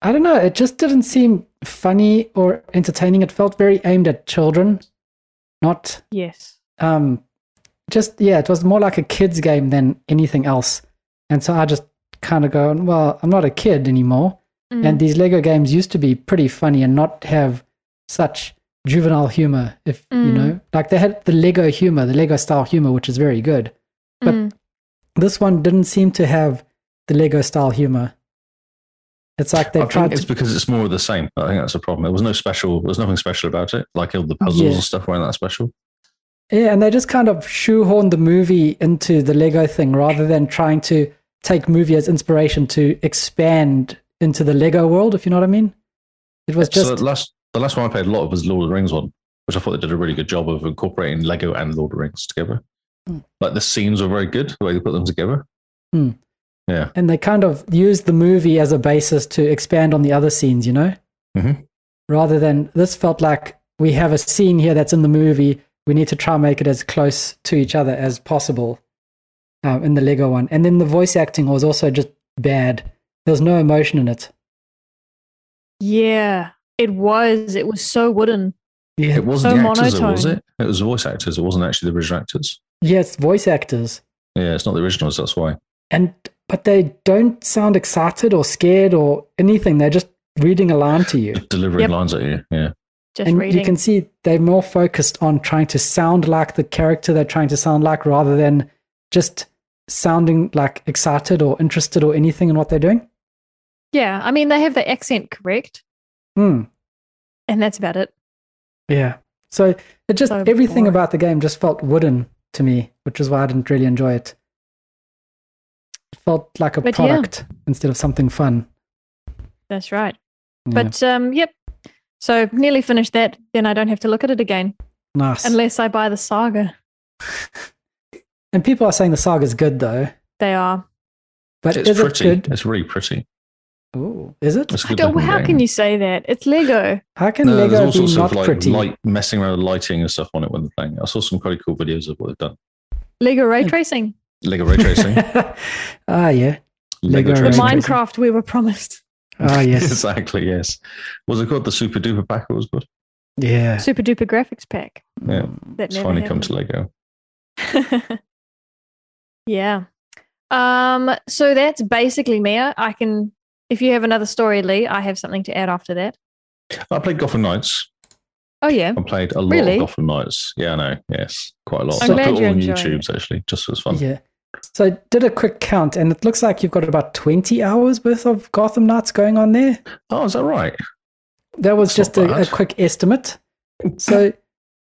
B: I don't know. It just didn't seem funny or entertaining. It felt very aimed at children, not
C: Yes.
B: um, just yeah. It was more like a kids game than anything else. And so I just kind of go, well, I'm not a kid anymore.
C: Mm,
B: And these Lego games used to be pretty funny and not have such juvenile humor. If you
C: Mm.
B: know, like they had the Lego humor, the Lego style humor, which is very good. but-
C: mm.
B: This one didn't seem to have the Lego style humor. It's like they
D: I
B: tried
D: think
B: to
D: it's because it's more of the same. I think that's a problem. There was no special. There was nothing special about it. Like all the puzzles
B: Yeah.
D: and stuff weren't that special.
B: Yeah, and they just kind of shoehorned the movie into the Lego thing rather than trying to take movie as inspiration to expand into the Lego world, if you know what I mean. It was just
D: so the last the last one I played a lot of was Lord of the Rings one, which I thought they did a really good job of incorporating Lego and Lord of the Rings together.
B: Mm.
D: Like the scenes were very good, the way they put them together.
B: Mm.
D: Yeah,
B: and they kind of used the movie as a basis to expand on the other scenes, you know?
D: Mhm.
B: Rather than this felt like we have a scene here that's in the movie. We need to try and make it as close to each other as possible um, in the Lego one. And then the voice acting was also just bad. There was no emotion in it.
C: Yeah, it was. It was so wooden.
B: Yeah,
D: it
C: So
D: wasn't the actors, though, was
C: monotone.
D: it? It was the voice actors. It wasn't actually the original actors.
B: yeah, it's voice actors.
D: Yeah, it's not the originals. That's why.
B: and but they don't sound excited or scared or anything. They're just reading a line to you,
D: Just delivering
C: Yep.
D: lines at you. Yeah,
C: Just
B: and
C: reading.
B: you can see they're more focused on trying to sound like the character they're trying to sound like, rather than just sounding like excited or interested or anything in what they're doing.
C: yeah, I mean, they have the accent correct,
B: Hmm.
C: and that's about it.
B: Yeah. So it just
C: So
B: everything
C: boring.
B: about the game just felt wooden to me, which is why I didn't really enjoy it. It felt like a
C: But yeah.
B: product instead of something fun.
C: That's right.
B: Yeah.
C: But um, yep. So nearly finished that. Then I don't have to look at it again
B: nice.
C: unless I buy the saga.
B: and people are saying the saga's good though.
C: They are.
B: But
D: it's
B: is
D: pretty.
B: it good?
D: It's really pretty.
B: Ooh, is it?
D: It's a
C: I
D: good
C: don't,
D: looking
C: how
D: game.
C: can you say that? It's Lego.
B: How can
D: No, there's
B: Lego
D: all
B: be
D: sorts
B: not
D: of like
B: pretty?
D: light messing around with lighting and stuff on it when they're playing. I saw some pretty cool videos of what they've done.
C: Lego ray
B: Yeah.
C: tracing.
D: Lego ray tracing,
B: ah, yeah. Lego
D: Lego,
B: ray
C: The
D: ray
B: tracing.
D: tracing.
C: Minecraft we were promised.
B: Ah, yes.
D: exactly. Yes. Was it called the Super Duper Pack? It was called.
B: yeah.
C: Super duper graphics pack.
D: Yeah.
B: Mm.
C: That
D: It's
C: never
D: finally come
C: happened.
D: to Lego.
C: yeah. Um, so that's basically me. I can if you have another story, Lee, I have something to add after that.
D: I played Gotham Knights.
C: Oh yeah.
D: I played a lot
C: Really?
D: of Gotham Knights. Yeah, I know. Yes, quite a lot.
B: I'm
D: I
C: glad
D: put it all
C: you're
D: on
C: enjoying
D: YouTube's actually, just as fun.
B: Yeah. So I did a quick count, and it looks like you've got about 20 hours worth of Gotham Knights going on there.
D: Oh, is that right?
B: That was
D: That's
B: just
D: not
B: a, a
D: bad.
B: quick estimate. So,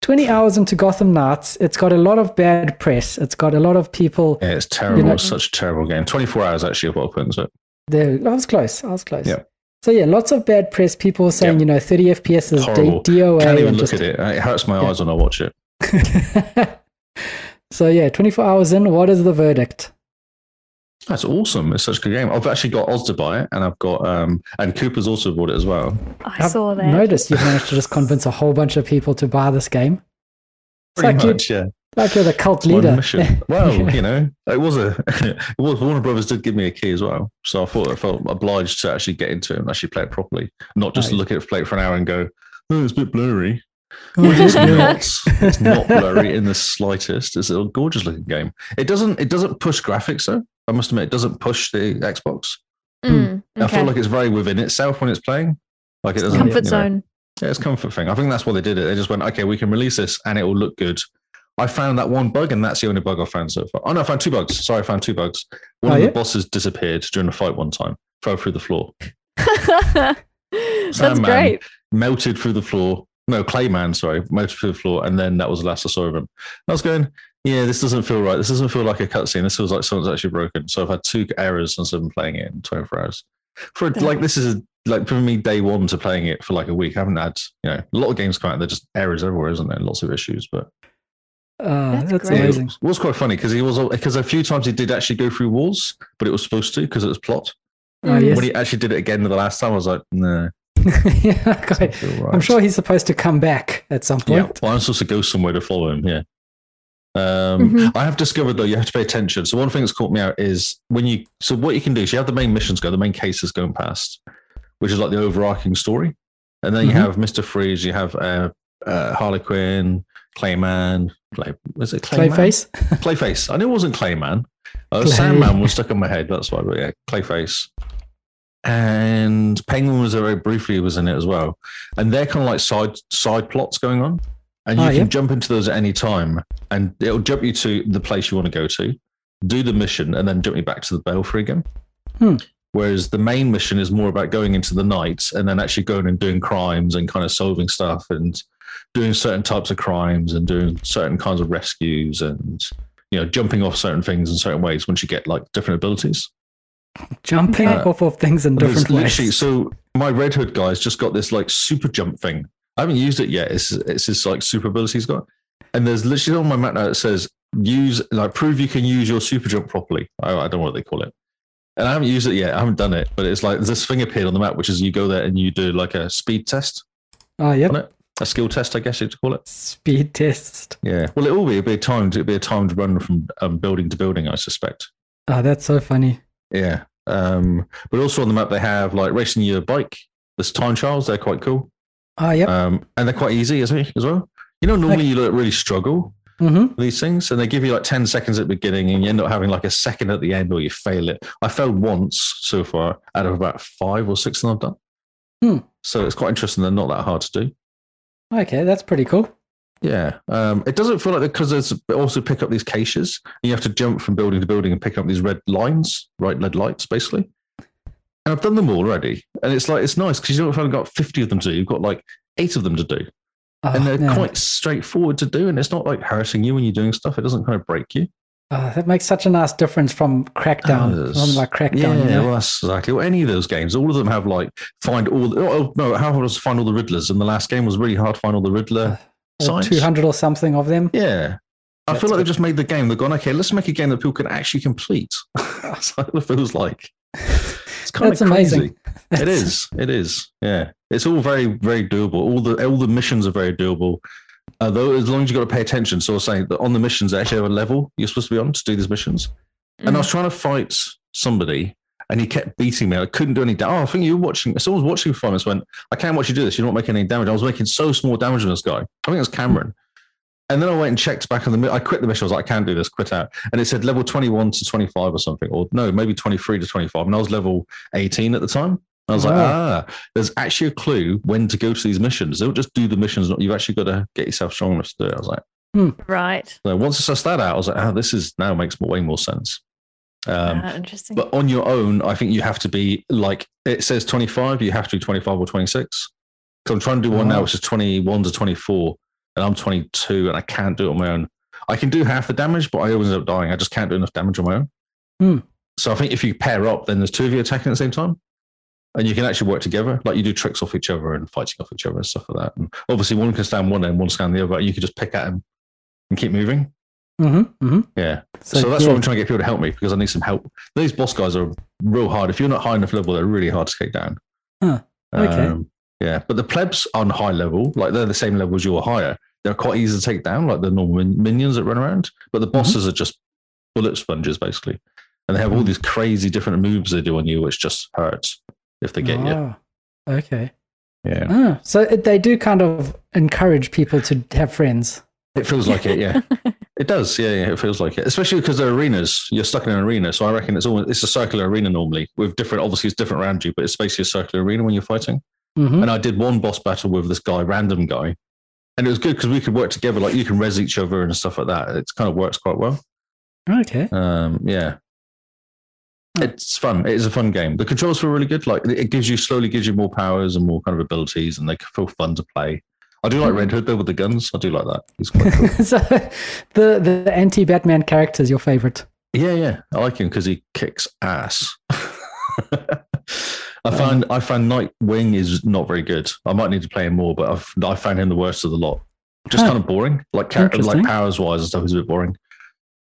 B: 20 hours into Gotham Knights, it's got a lot of bad press. It's got a lot of people.
D: Yeah, it's terrible.
B: know-
D: it's such a terrible game. 24 hours actually of what I put into it.
B: There, I was close. I was close.
D: Yeah.
B: So, yeah, lots of bad press. People saying,
D: Yeah.
B: you know, 30 FPS is
D: Horrible.
B: D- DOA.
D: Can't even
B: and
D: look
B: just-
D: at it. It hurts my
B: Yeah.
D: eyes when I watch it.
B: so, yeah, 24 hours in, what is the verdict?
D: That's awesome. It's such a good game. I've actually got Oz to buy it, and I've got um, and Cooper's also bought it as well.
C: I saw that.
B: Noticed you've managed to just convince a whole bunch of people to buy this game. It's
D: Pretty
B: like, you,
D: much, yeah.
B: like you're the cult
D: It's my
B: leader.
D: mission. Well, you know, it was a it was Warner Brothers did give me a key as well, so I thought I felt obliged to actually get into it and actually play it properly, not just
B: Right.
D: look at it, play it for an hour and go, oh, it's a bit blurry.
C: Yeah.
D: It's not. It's not blurry in the slightest. It's a gorgeous looking game. It doesn't. It doesn't push graphics though. I must admit, it doesn't push the Xbox.
C: Mm,
D: I feel
C: okay.
D: like it's very within itself when it's playing. Like it doesn't
C: Comfort
D: you know,
C: zone.
D: yeah, it's a comfort thing. I think that's why they did it. They just went, okay, we can release this and it will look good. I found that one bug, and that's the only bug I found so far. Oh no, I found two bugs. Sorry, I found two bugs. One
B: Oh,
D: of
B: yeah?
D: the bosses disappeared during a fight one time, fell through the floor,
C: That's
D: Sandman.
C: great.
D: melted through the floor. No, Clayman, sorry, melted through the floor, and then that was the last I saw of him. I was going, yeah, this doesn't feel right. This doesn't feel like a cutscene. This feels like someone's actually broken. So I've had two errors since I've been playing it in 24 hours. For
C: Damn.
D: like, this is a, like for me day one to playing it for like a week. I haven't had you know a lot of games come out. They're just errors everywhere, isn't there? Lots of issues, but
B: Ah,
C: That's
B: that's
C: great.
D: yeah,
B: amazing.
D: It was quite funny because he was because a few times he did actually go through walls, but it was supposed to because it was plot.
B: Oh,
C: Mm.
B: yes.
D: When he actually did it again the last time, I was like, no.
B: yeah, okay. I'm sure he's supposed to come back at some
D: Yeah,
B: point.
D: well, I'm supposed to go somewhere to follow him. Yeah. Um,
C: Mhm.
B: Mm-hmm.
D: I have discovered though you have to pay attention. So one thing that's caught me out is when you so what you can do is you have the main missions go, the main cases going past, which is like the overarching story, and then
B: Mhm.
D: you have Mister Freeze, you have uh, uh, Harley Quinn, Clayman, Clay, was it Clayman?
B: Clayface.
D: Clayface. I knew it wasn't Clayman. Uh,
B: Clay.
D: Sandman was stuck in my head. That's why. But yeah, Clayface. And Penguin was there very briefly was in it as well. And they're kind of like side side plots going on. And you
B: Oh,
D: can
B: yeah.
D: jump into those at any time. And it'll jump you to the place you want to go to, do the mission, and then jump you back to the belfry again.
B: Hmm.
D: Whereas the main mission is more about going into the night and then actually going and doing crimes and kind of solving stuff and doing certain types of crimes and doing certain kinds of rescues and you know jumping off certain things in certain ways once you get like different abilities.
B: Jumping
D: Uh,
B: off of things in
D: And there's
B: different
D: literally-
B: ways.
D: So my Red Hood guy's just got this like super jump thing. I haven't used it yet. It's it's his like super ability he's got. And there's literally on my map now it says use like prove you can use your super jump properly. I, I don't know what they call it. And I haven't used it yet. I haven't done it, but it's like this thing appeared on the map, which is you go there and you do like a speed test,
B: Oh,
D: on
B: yep.
D: it. a skill test, I guess you'd call it.
B: Speed test.
D: Yeah. Well, it will be. It'll be a timed. It'll be a timed run from um, building to building, I suspect.
B: Oh, that's so funny.
D: Yeah. Um, but also on the map, they have like racing your bike. There's time trials. They're quite cool.
B: Oh, yep.
D: Um, and they're quite easy as as well. You know, normally you like, really struggle
B: mm-hmm.
D: with these things, and they give you like ten seconds at the beginning, and you end up having like a second at the end, or you fail it. I failed once so far out of about five or six that I've done.
B: Hmm.
D: So it's quite interesting. They're not that hard to do.
B: Okay, that's pretty cool.
D: Yeah, um, it doesn't feel like because there's they also pick up these caches. And you have to jump from building to building and pick up these red lines, right? Red lights, basically. And I've done them all already, and it's like it's nice because you don't have got fifty of them to do. You've got like eight of them to do,
B: Oh,
D: and they're
B: man.
D: quite straightforward to do. And it's not like harassing you when you're doing stuff. It doesn't kind of break you.
B: Oh, that makes such a nice difference from Crackdown.
D: Does.
B: Something like Crackdown.
D: Yeah,
B: you know?
D: well, that's exactly. Well, any of those games, all of them have like find all. The, oh no, how hard was it to find all the Riddlers? And the last game was really hard to find all the Riddler.
B: Uh, Or
D: signs.
B: 200 or something of them.
D: Yeah. I
B: That's
D: feel like
B: good.
D: they've just made the game. They've gone, okay, let's make a game that people can actually complete. That's what it feels like. It's kind
B: That's
D: of crazy.
B: amazing.
D: It is. It is. Yeah. It's all very, very doable. All the all the missions are very doable. Uh, though as long as you've got to pay attention. So I was saying that on the missions they actually have a level you're supposed to be on to do these missions. And I was trying to fight somebody and he kept beating me. I couldn't do any damage. Oh, I think you were watching someone was watching from us went, I can't watch you do this. You're not making any damage. I was making so small damage on this guy. I think it was Cameron. And then I went and checked back on the. mi- I quit the mission. I was like, I can't do this. Quit out. And it said level 21 to 25 or something, or no, maybe 23 to 25. And I was level 18 at the time. I was like,
B: Wow.
D: ah, there's actually a clue when to go to these missions. They don't just do the missions. You've actually got to get yourself strong enough to do it. I was like,
C: Right.
D: so once I sussed that out, I was like, ah, this is now makes way more sense. Um,
C: Ah, interesting.
D: but on your own, I think you have to be like it says 25, you have to be 25 or 26. So I'm trying to do one now,
B: Oh.
D: which is 21 to 24, and I'm 22, and I can't do it on my own. I can do half the damage, but I always end up dying. I just can't do enough damage on my own.
B: Hmm.
D: So I think if you pair up, then there's two of you attacking at the same time, and you can actually work together. Like you do tricks off each other and fighting off each other and stuff like that. And obviously, one can stand one end, one stand the other. You could just pick at him and keep moving.
B: Mm-hmm, mm-hmm.
D: Yeah. So, that's why I'm trying to get people to help me because I need some help. These boss guys are real hard. If you're not high enough level, they're really hard to take down.
B: Huh. Okay.
D: Um, yeah, but the plebs on high level, like they're the same level as you or higher. They're quite easy to take down, like the normal min- minions that run around. But the bosses are just bullet sponges, basically, and they have all these crazy different moves they do on you, which just hurts if they get you.
B: Ah, Okay.
D: Yeah,
B: Ah, so it, they do kind of encourage people to have friends.
D: it feels like it. Yeah, it does. Yeah, yeah, it feels like it, especially because they're arenas. You're stuck in an arena, so I reckon it's almost it's a circular arena normally with different. Obviously, it's different around you, but it's basically a circular arena when you're fighting.
B: Mm-hmm.
D: and I did one boss battle with this guy, random guy, and it was good because we could work together. Like you can res each other and stuff like that. It kind of works quite well.
B: Okay.
D: Um, yeah, it's fun. It is a fun game. The controls feel really good. Like it gives you slowly gives you more powers and more kind of abilities, and they feel fun to play. I do like Red Hood though with the guns. I do like that. He's quite cool.
B: so the the anti Batman character is your favorite.
D: yeah, yeah, I like him because he kicks ass. I
B: Um,
D: found I found Nightwing is not very good. I might need to play him more, but I've I found him the worst of the lot. Just
B: Huh.
D: kind of boring, like character, like
B: Interesting. Hmm.
D: powers wise and stuff is a bit boring.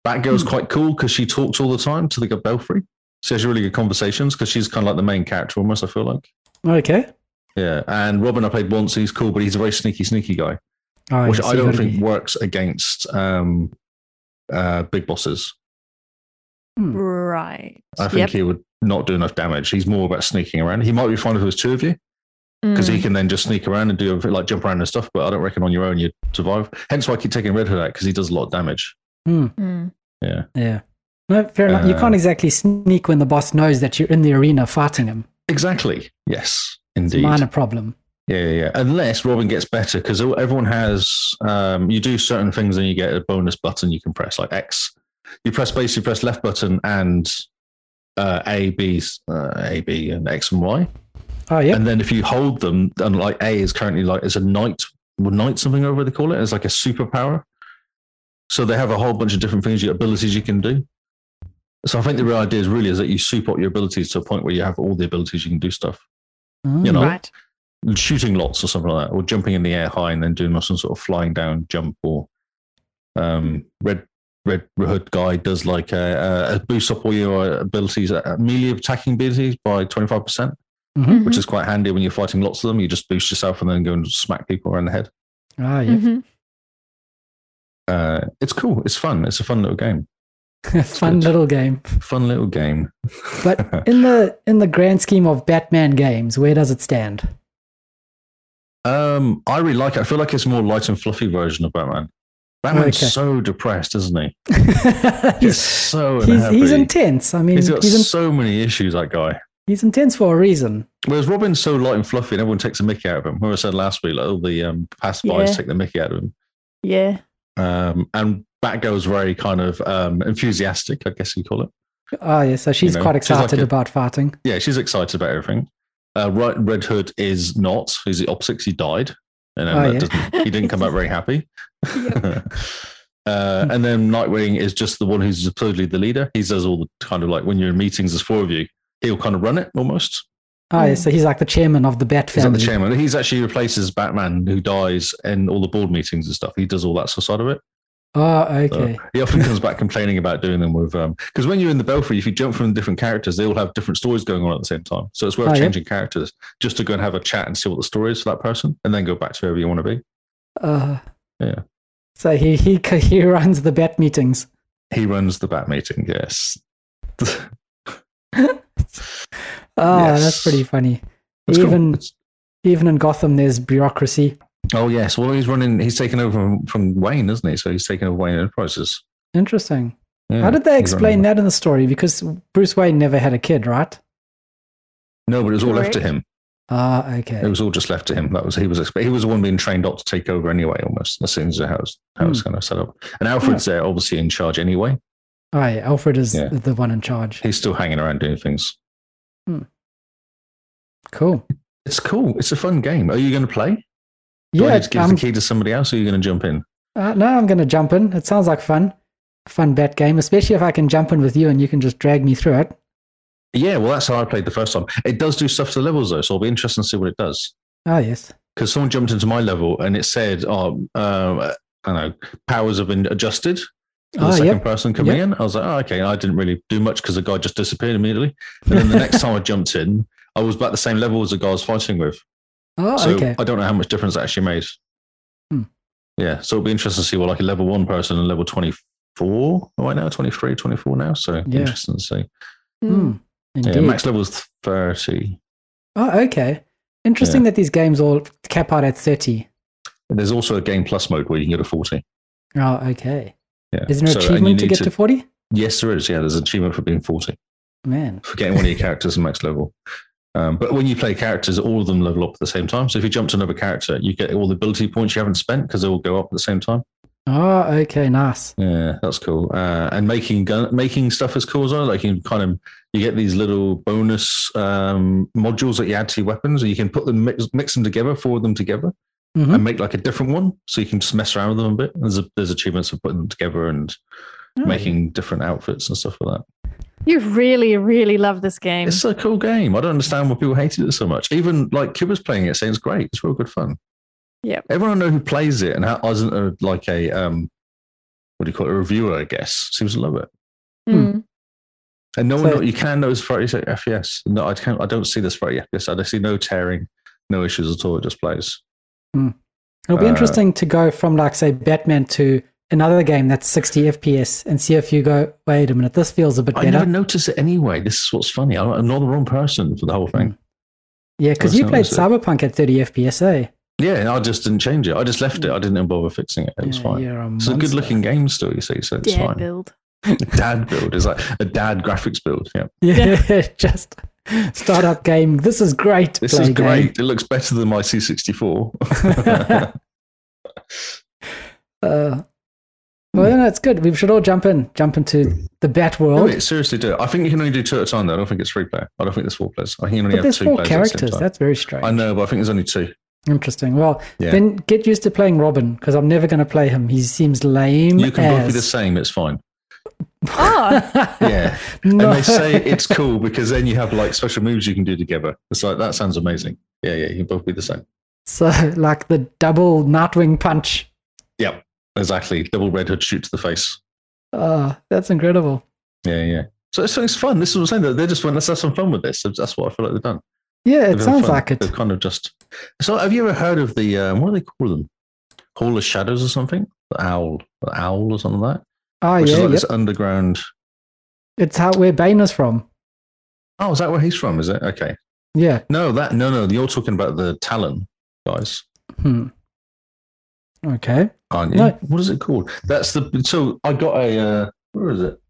D: Batgirl's quite cool because she talks all the time to the girl Belfry. She has really good conversations because she's kind of like the main character almost. I feel like.
B: Okay.
D: Yeah, and Robin I played once. He's cool, but he's a very sneaky, sneaky guy,
B: Oh,
D: which
B: yes,
D: I
B: you
D: don't
B: gotta
D: think
B: be-
D: works against um, uh, big bosses.
B: Hmm.
C: right.
D: I think he would not do enough damage. He's more about sneaking around. He might be fine if it was two of you because
B: Mm.
D: he can then just sneak around and do everything, like jump around and stuff. But I don't reckon on your own you'd survive. Hence why I keep taking Red Hood out because he does a lot of damage.
C: Mm.
D: Yeah,
B: Yeah. No, fair enough. You
D: Uh,
B: can't exactly sneak when the boss knows that you're in the arena fighting him.
D: exactly. Yes,
B: It's
D: indeed.
B: a minor problem.
D: Yeah, yeah, yeah. Unless Robin gets better because everyone has. Um, you do certain things and you get a bonus button you can press, like X. You press space, you press left button and uh, A, B, uh, A, B, and X and Y.
B: Oh, yeah.
D: And then if you hold them, and like A is currently like it's a knight, well, knight something over they call it. It's like a superpower. So they have a whole bunch of different things, your abilities you can do. So I think the real idea is really is that you soup up your abilities to a point where you have all the abilities you can do stuff, you know,
C: Right.
D: shooting lots or something like that, or jumping in the air high and then doing some sort of flying down jump. Or um, red red hood guy does like a, a boost up all your abilities, uh, melee attacking abilities by twenty five percent Hmm? which
C: Mhm.
B: Mm-hmm.
D: is quite handy when you're fighting lots of them. You just boost yourself and then go and smack people around the head.
B: Oh, yeah.
C: Mhm.
D: Uh, it's cool. It's fun. It's a fun little game.
B: Fun
D: good.
B: little game.
D: Fun little game.
B: But in the in the grand scheme of Batman games, where does it stand?
D: um, I really like it. I feel like it's a more light and fluffy version of Batman. Batman's
B: Okay.
D: so depressed, isn't he? He's
B: he's,
D: so
B: he's,
D: unhappy.
B: he's intense. I mean,
D: he's
B: he's,
D: got
B: in,
D: so many issues. That guy.
B: he's intense for a reason.
D: Whereas Robin's so light and fluffy, and everyone takes a mickey out of him. Where I said last week, like all the um,
C: Yeah.
D: passerbys take the mickey out of him.
C: Mm-hmm. Yeah.
D: Um, and Batgirl's very kind of um, enthusiastic, I guess you call it.
B: Oh, yeah. So she's
D: know,
B: quite
D: she's like
B: excited
D: a-
B: about fighting.
D: yeah, she's excited about everything. Uh, right, Red Hood is not. He's the opposite. 'cause He died, and then
B: Oh,
D: that
B: yeah.
D: doesn't, he didn't come out very happy. uh, and then Nightwing is just the one who's supposedly the leader. He does all the kind of like when you're in meetings, there's four of you. He'll kind of run it almost.
B: Oh,
D: Hmm.
B: yeah.
C: Mm.
B: So he's like the chairman of the Bat
D: He's like
B: family.
D: the chairman. He's actually replaces Batman, who dies in all the board meetings and stuff. He does all that sort of side of it.
B: Oh,
D: So
B: okay.
D: he often comes back complaining about doing them with um because when you're in the belfry, if you jump from different characters, they all have different stories going on at the same time. So it's worth
B: Oh, yeah.
D: changing characters just to go and have a chat and see what the story is for that person, and then go back to wherever you want to be.
B: Uh,
D: Yeah.
B: So he he co- he runs the bat meetings.
D: He runs the bat meeting. Yes,
B: Oh,
D: Yes.
B: that's pretty funny.
D: That's cool.
B: Even-
D: It's-
B: Even in Gotham, there's bureaucracy.
D: Oh yes, well he's running. He's taken over from, from Wayne, isn't he? So he's taken over Wayne Enterprises.
B: Interesting.
D: Yeah,
B: How did they
D: he's running
B: explain that in the story? Because Bruce Wayne never had a kid, right?
D: No, but it was all left to him.
B: Ah, okay.
D: It was all just left to him. That was he was expe- he was the one being trained up to take over anyway, almost as soon as how it's how
B: Hmm.
D: it's kind of set up. And Alfred's there, obviously in charge anyway.
B: All right, Alfred is
D: Yeah.
B: the one in charge.
D: He's still hanging around doing things.
B: Cool.
D: It's cool. It's a fun game. Are you going to play? Do I
B: Yeah,
D: need to give
B: um,
D: the key to somebody else, or are you going to jump in?
B: uh, no, I'm going to jump in. It sounds like fun, fun bat game, especially if I can jump in with you and you can just drag me through it.
D: Yeah, well, that's how I played the first time. It does do stuff to the levels though, so I'll be interested to see what it does.
B: Oh yes.
D: Because someone jumped into my level and it said, "Oh, uh, I don't know, powers have been adjusted." for the
B: Oh,
D: second
B: yep.
D: person coming in. I was like, oh, okay. And I didn't really do much because the guy just disappeared immediately. And then the next time I jumped in, I was about the same level as the guy I was fighting with.
B: Oh,
D: so
B: okay.
D: I don't know how much difference that actually made.
B: Hmm.
D: Yeah. So it'll be interesting to see what like a level one person and level 24 right now, 23, 24 now. So
B: Yeah.
D: interesting to see.
C: Mm.
B: Hmm.
D: Yeah,
B: Indeed.
D: max level is 30.
B: Oh, okay. Interesting that these games all cap out at 30.
D: And there's also a game plus mode where you can go to 40.
B: Oh, okay.
D: Yeah.
B: Is there an
D: So- and you
B: achievement to
D: need
B: get to 40?
D: Yes, there is. Yeah, there's an achievement for being 40.
B: Man.
D: for getting one of your characters to max level. Um, but when you play characters, all of them level up at the same time. So if you jump to another character, you get all the ability points you haven't spent because they all go up at the same time.
B: Oh, okay. Nice.
D: Yeah, that's cool. Uh, and making gun- making stuff is cool as well. Like you can kind of you get these little bonus um, modules that you add to your weapons, and you can put them mix, mix them together, forward them together,
B: Mhm.
D: and make like a different one. So you can just mess around with them a bit. There's a, there's achievements for putting them together and
B: Oh.
D: making different outfits and stuff like that.
C: You really, really love this game.
D: It's a cool game. I don't understand why people hated it so much. Even like Cuba's playing it, saying it's great. It's real good fun.
C: Yep.
D: Everyone I know who plays it and ha- isn't a, like a um, what do you call it? A reviewer, I guess, seems to love it.
C: Mm.
D: And no
B: So-
D: one, you can know it's 30 FPS. E No, I can't. I don't see this 30 FPS. I see no tearing, no issues at all. It just plays.
B: It'll be
D: Uh,
B: interesting to go from, like, say, Batman to another game that's 60 FPS and see if you go, wait a minute, this feels a bit
D: I
B: better.
D: never noticed it anyway. This is what's funny. I'm I'm not the wrong person for the whole
B: Hmm.
D: thing.
B: yeah, because you
D: That's
B: played
D: not
B: Cyberpunk at 30 FPS, eh?
D: Yeah, I just didn't change it. I just left it. I didn't bother fixing it. It was
B: Yeah,
D: fine.
B: you're a
D: It's a
B: monster.
D: good looking game still, you see. So it's
C: Dare
D: fine.
C: build.
D: dad build is like a dad graphics build. Yeah,
B: Yeah, just startup game. This is great.
D: this
B: play
D: is
B: game.
D: great. It looks better than my C64.
B: Uh, well,
D: Hmm.
B: no, it's good. We should all jump in, jump into the Bat
D: no,
B: world.
D: wait, seriously, do it. I think you can only do two at a time. Though I don't think it's three player. I don't think there's four players. I think you only
B: but
D: have
B: there's
D: two
B: four
D: players at the
B: characters.
D: same time.
B: That's very strange.
D: I know, but I think there's only two.
B: Interesting. Well,
D: Yeah.
B: then get used to playing Robin because I'm never going to play him. He seems lame.
D: You can both be the
B: as-
D: same. It's fine.
C: Oh,
D: Yeah,
B: no.
D: and they say it's cool because then you have like special moves you can do together. It's like that sounds amazing. Yeah, yeah, you can both be the same.
B: so, like the double Nightwing punch.
D: Yep, exactly. Double red hood shoot to the face.
B: Uh, that's incredible.
D: Yeah, yeah. So it's, so it's fun. This is what I'm saying. though. They just went, let's have some fun with this. That's what I feel like they've done.
B: Yeah, it
D: They've had
B: sounds
D: fun.
B: like it.
D: They've kind of just. So, have you ever heard of the um, what do they call them? Hall of Shadows or something? The owl, the owl or something like that.
B: Oh,
D: Which
B: yeah.
D: is like
B: yep.
D: this underground.
B: It's how where Bane is from.
D: Oh, is that where he's from? Is it okay?
B: Yeah.
D: No, that no, no. You're talking about the Talon guys,
B: Hmm. Okay.
D: aren't you?
B: No.
D: What is it called? That's the. So I got a. Uh, where is it?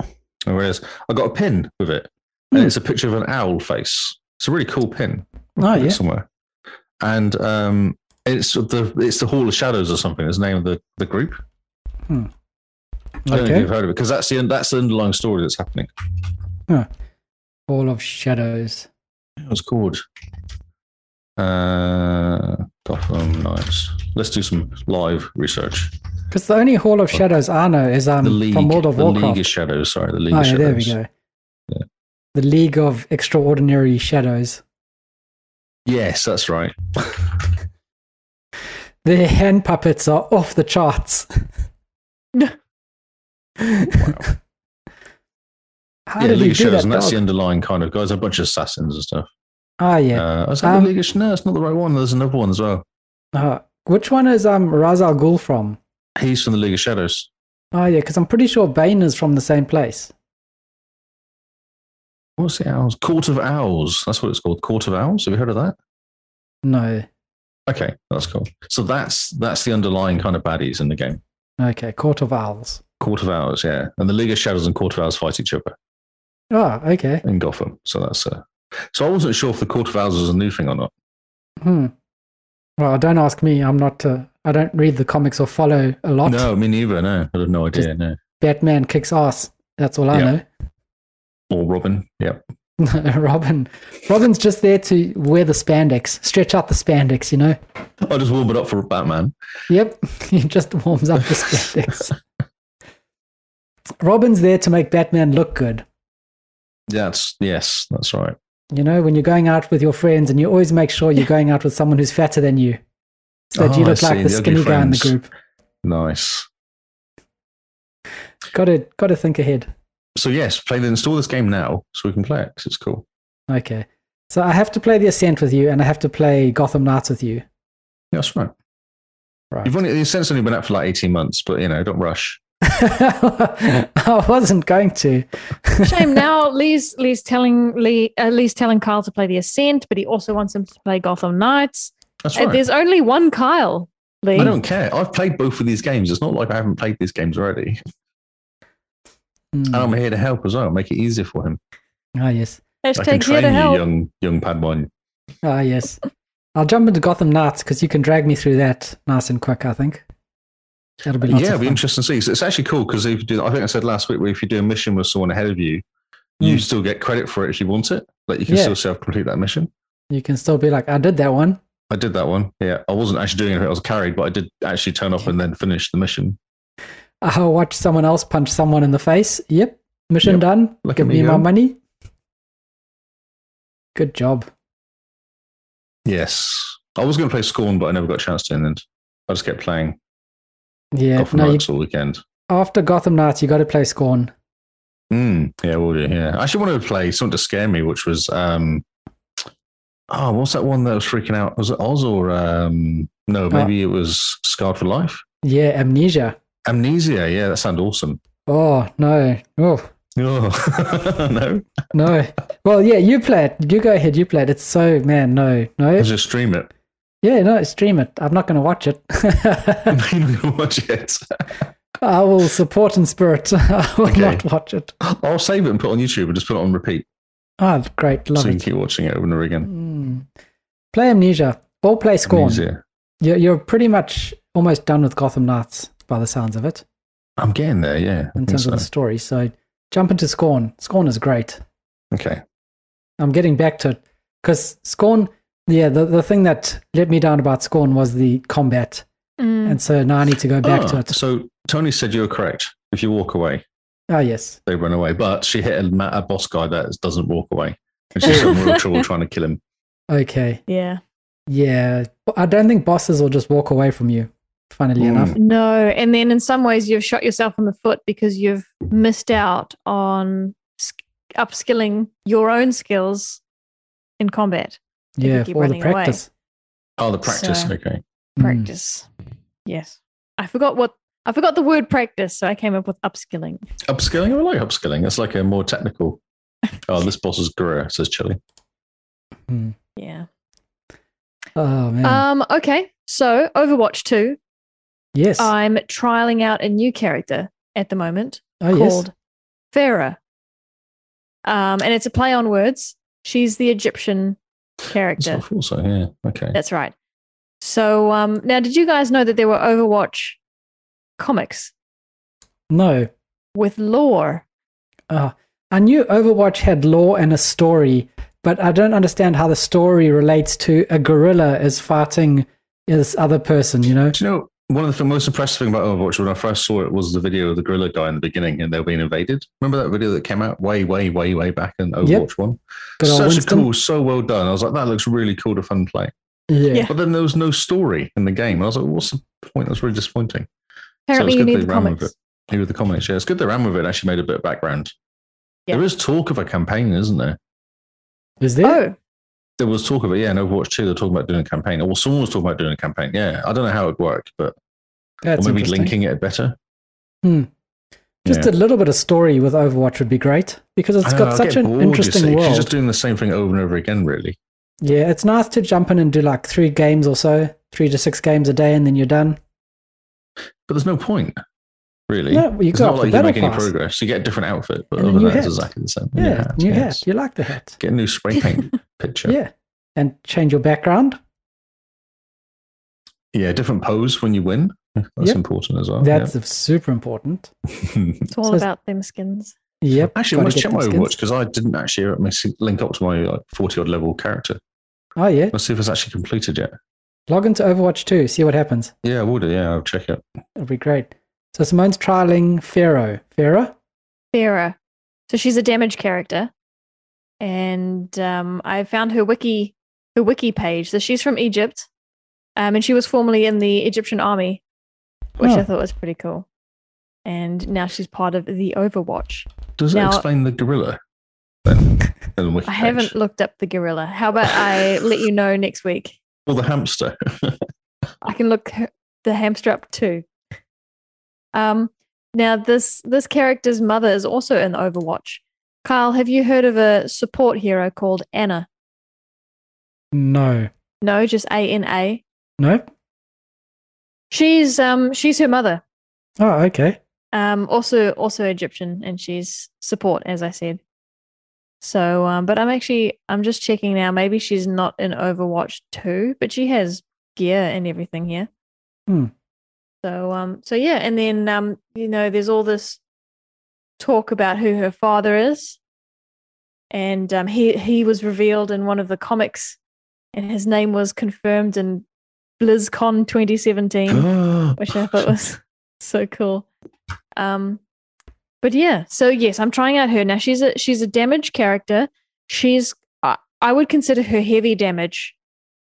D: Oh, where is? I got a pin with it, and
B: Hmm.
D: it's a picture of an owl face. It's a really cool pin.
B: Oh,
D: Put it
B: yeah.
D: somewhere. And um, it's the it's the Hall of Shadows or something. Is the name of the the group. I don't know if
B: Okay.
D: you've heard of it because that's the that's the underlying story that's happening.
B: Hall of Shadows.
D: It was called uh, Gotham Knights. Let's do some live research.
B: Because the only Hall of Shadows I know is um,
D: The League,
B: from World of
D: the
B: Warcraft.
D: League of Shadows. Sorry, the League
B: oh,
D: of
B: yeah,
D: Shadows.
B: there we go. The League of Extraordinary Shadows.
D: Yes, that's right.
B: Their hand puppets are off the charts. How
D: yeah,
B: did
D: League
B: you
D: of
B: do
D: Shadows,
B: that?
D: and that's the
B: dog?
D: underlying kind of guys. A bunch of assassins and stuff.
B: Ah, yeah.
D: Uh, is that
B: Um,
D: the League of Shadows? No, it's not the right one. There's another one as well.
B: Uh, which one is um Ra's al Ghul from?
D: He's from the League of Shadows.
B: Oh, yeah, because I'm pretty sure Bane is from the same place.
D: What's the owls? Court of Owls. That's what it's called. Court of Owls. Have you heard of that?
B: No.
D: Okay, that's cool. So that's that's the underlying kind of baddies in the game.
B: Okay, Court of Owls.
D: Court of Owls, yeah. And the League of Shadows and Court of Owls fight each other
B: Oh, okay.
D: in Gotham. So that's uh, So I wasn't sure if the quarter vowels was a new thing or not.
B: Hmm. Well, don't ask me. I'm not. Uh, I don't read the comics or follow a lot.
D: No, me neither. No, I have no idea.
B: Just-
D: no,
B: Batman kicks ass. That's all I
D: Yeah.
B: know.
D: or Robin. Yeah,
B: Robin. Robin's just there to wear the spandex, stretch out the spandex, you know?
D: I just warm it up for Batman.
B: Yep. He just warms up the spandex. Robin's there to make Batman look good.
D: That's yes, that's right.
B: You know, when you're going out with your friends and you always make sure you're going out with someone who's fatter than you. So that
D: Oh,
B: you
D: I
B: look like
D: see,
B: the
D: the ugly
B: skinny guy in the
D: friends.
B: group.
D: Nice.
B: Gotta gotta think ahead.
D: So yes, play the install this game now so we can play it 'cause it's cool.
B: Okay. So I have to play the Ascent with you and I have to play Gotham Knights with you.
D: Yeah, that's right.
B: Right.
D: You've only the sense only been out for like eighteen months, but you know, don't rush.
B: I wasn't going to.
C: Shame now. Lee's Lee's telling Lee uh, Lee's telling Kyle to play the Ascent, but he also wants him to play Gotham Knights.
D: That's
C: Uh,
D: right.
C: There's only one Kyle. Lee.
D: I don't care. I've played both of these games. It's not like I haven't played these games already.
B: Hmm.
D: And I'm here to help as well, make it easier for him.
B: Ah, yes.
D: I can
C: Hashtag here
D: train
C: to
D: you,
C: help.
D: young young Padawan.
B: Ah, yes. I'll jump into Gotham Knights because you can drag me through that nice and quick, I think. That'll be lots
D: yeah,
B: of
D: it'd be
B: fun.
D: interesting to see. So it's actually cool because if you do, I think I said last week, where if you do a mission with someone ahead of you, you
B: Mm.
D: still get credit for it if you want it. Like you can
B: Yeah.
D: still self complete that mission.
B: You can still be like, I did that one.
D: I did that one. Yeah, I wasn't actually doing anything. I was carried, but I did actually turn up and then finish the mission.
B: I watched someone else punch someone in the face. Yep. Mission
D: Yep.
B: done.
D: Look
B: Give
D: at me
B: me my
D: go.
B: money. Good job.
D: Yes, I was going to play Scorn, but I never got a chance to. And then I just kept playing
B: Yeah.
D: Gotham
B: no, you,
D: Knights all weekend.
B: after Gotham Knights, you got to play Scorn.
D: Mm, yeah, we'll do. Yeah, I actually wanted to play something to scare me, which was um, oh, what's that one that was freaking out? Was it Oz or um,
B: Uh,
D: no? Maybe it was Scarred for Life.
B: Yeah. Amnesia.
D: Amnesia, yeah, that sounds awesome.
B: Oh, no. Oh,
D: Oh no,
B: no. well, yeah, you play it. You go ahead. You play it. It's so, man, no. No.
D: I just stream it.
B: Yeah, no, stream it. I'm not going to watch it.
D: You're not gonna watch it.
B: I will support in spirit. I will
D: Okay.
B: not watch it.
D: I'll save it and put it on YouTube and just put it on repeat,
B: Ah, great. Love
D: so you
B: it.
D: can keep watching it over and over again.
B: Mm. Play Amnesia or play Scorn.
D: Amnesia.
B: You're, you're pretty much almost done with Gotham Knights by the sounds of it
D: I'm getting there. Yeah. I
B: in
D: think
B: terms of the
D: so.
B: story. So jump into Scorn. Scorn is great.
D: okay.
B: I'm getting back to it because Scorn, yeah, the, the thing that let me down about Scorn was the combat.
C: Mm.
B: And so now I need to go back
D: Ah,
B: to it.
D: So Tony said you were correct. If you walk away,
B: Oh, yes.
D: they run away. But she hit a, ma- a boss guy that doesn't walk away, and she's in real trouble trying to kill him.
B: Okay.
C: Yeah.
B: Yeah. I don't think bosses will just walk away from you, funnily
D: Mm.
B: enough.
C: No. And then in some ways, you've shot yourself in the foot because you've missed out on sk- upskilling your own skills in combat if you
B: Yeah,
C: keep
B: for all the
C: running away.
B: practice.
D: Oh, the practice.
C: So-
D: Okay.
C: Hmm.
B: Mm.
C: practice. Yes. I forgot what I forgot the word practice, so I came up with upskilling.
D: Upskilling. I like upskilling. That's like a more technical. Oh, this boss is Gura, says Chili.
C: Yeah.
B: Oh man.
C: Um. Okay. So Overwatch Two.
B: yes.
C: I'm trialing out a new character at the moment.
B: oh yes.
C: called Farah. Um, and it's a play on words. She's the Egyptian
D: That's
C: character.
D: what I thought so. Yeah. Okay.
C: That's right. So um, now, did you guys know that there were Overwatch comics
B: No.
C: with lore?
B: Ah, I knew Overwatch had lore and a story, but I don't understand how the story relates to a gorilla is fighting this other person. You know.
D: Do you know one of the most impressive thing about Overwatch when I first saw it was the video of the gorilla guy in the beginning and they were being invaded. Remember that video that came out way, way, way, way back in Overwatch One?
B: Good old
D: Such
B: Winston.
D: a cool, so well done. I was like, that looks really cool to fun play.
B: Yeah.
C: Yeah.
D: But then there was no story in the game. And I was like, what's the point? That's really disappointing.
C: Apparently,
D: it's
C: you
D: good
C: need
D: they
C: the
D: ran with
C: comics.
D: Here with the comments, yeah, it's good they ran with it. and Actually, made a bit of background.
C: Yeah.
D: There is talk of a campaign, isn't there?
B: Is there?
C: Oh,
D: There was talk of it, yeah. In Overwatch 2, they're talking about doing a campaign. Or someone was talking about doing a campaign. Yeah, I don't know how it worked, but
B: That's
D: or maybe
B: interesting.
D: linking it better.
B: Hmm. Just
D: Yeah.
B: a little bit of story with Overwatch would be great because
D: I
B: it's
D: know,
B: got
D: I
B: such
D: get
B: an
D: bored, you see,
B: interesting
D: 'cause
B: world.
D: You're just doing the same thing over and over again, really.
B: Yeah, it's nice to jump in and do like three games or so, three to six games a day, and then you're done.
D: But there's no point. really.
B: No, you
D: it's
B: got
D: not
B: the
D: like you make
B: battle
D: any
B: pass.
D: progress. You get a different outfit, but
B: And a
D: other
B: new
D: than that, it's
B: hat.
D: exactly the same.
B: Yeah, new hat.
D: yes.
B: You like the hat.
D: Get a new spray paint picture.
B: Yeah. And change your background.
D: Yeah, different pose when you win. That's
B: Yep.
D: important as well.
B: That's super important.
D: yeah.
C: It's all
B: So it's-
C: about them skins.
B: Yep.
D: actually, I
B: gotta
D: must
B: get
D: check
B: them
D: my
B: skins.
D: Overwatch because I didn't actually ever miss- link up to my like forty odd level character.
B: Oh, yeah.
D: Let's see if it's actually completed yet.
B: Log into Overwatch 2, see what happens.
D: Yeah, I would. Yeah, I'll check it.
B: It'll be great. So Simone's trialing Pharaoh. Pharaoh?
C: Farah. So she's a damage character. And um, I found her wiki her wiki page. So she's from Egypt. Um, and she was formerly in the Egyptian army, which
B: Oh.
C: I thought was pretty cool. And now she's part of the Overwatch.
D: Does it
C: Now- uh,
D: explain the gorilla? Then, on the wiki
C: I
D: page?
C: haven't looked up the gorilla. How about I let you know next week?
D: Or the hamster.
C: I can look h- the hamster up too. Um, now this this character's mother is also in Overwatch. Kyle, have you heard of a support hero called Anna?
B: No.
C: No, just A N A.
B: No?
C: She's um she's her mother.
B: Oh, okay.
C: Um, also also Egyptian, and she's support, as I said. So, um, but I'm actually I'm just checking now. Maybe she's not in Overwatch two, but she has gear and everything here.
B: Hmm.
C: So, um, so yeah, and then um, you know, there's all this talk about who her father is, and um, he he was revealed in one of the comics, and his name was confirmed in BlizzCon 2017 which I thought was so cool. Um, but yeah, so yes, I'm trying out her now. She's a she's a damage character. She's I, I would consider her heavy damage.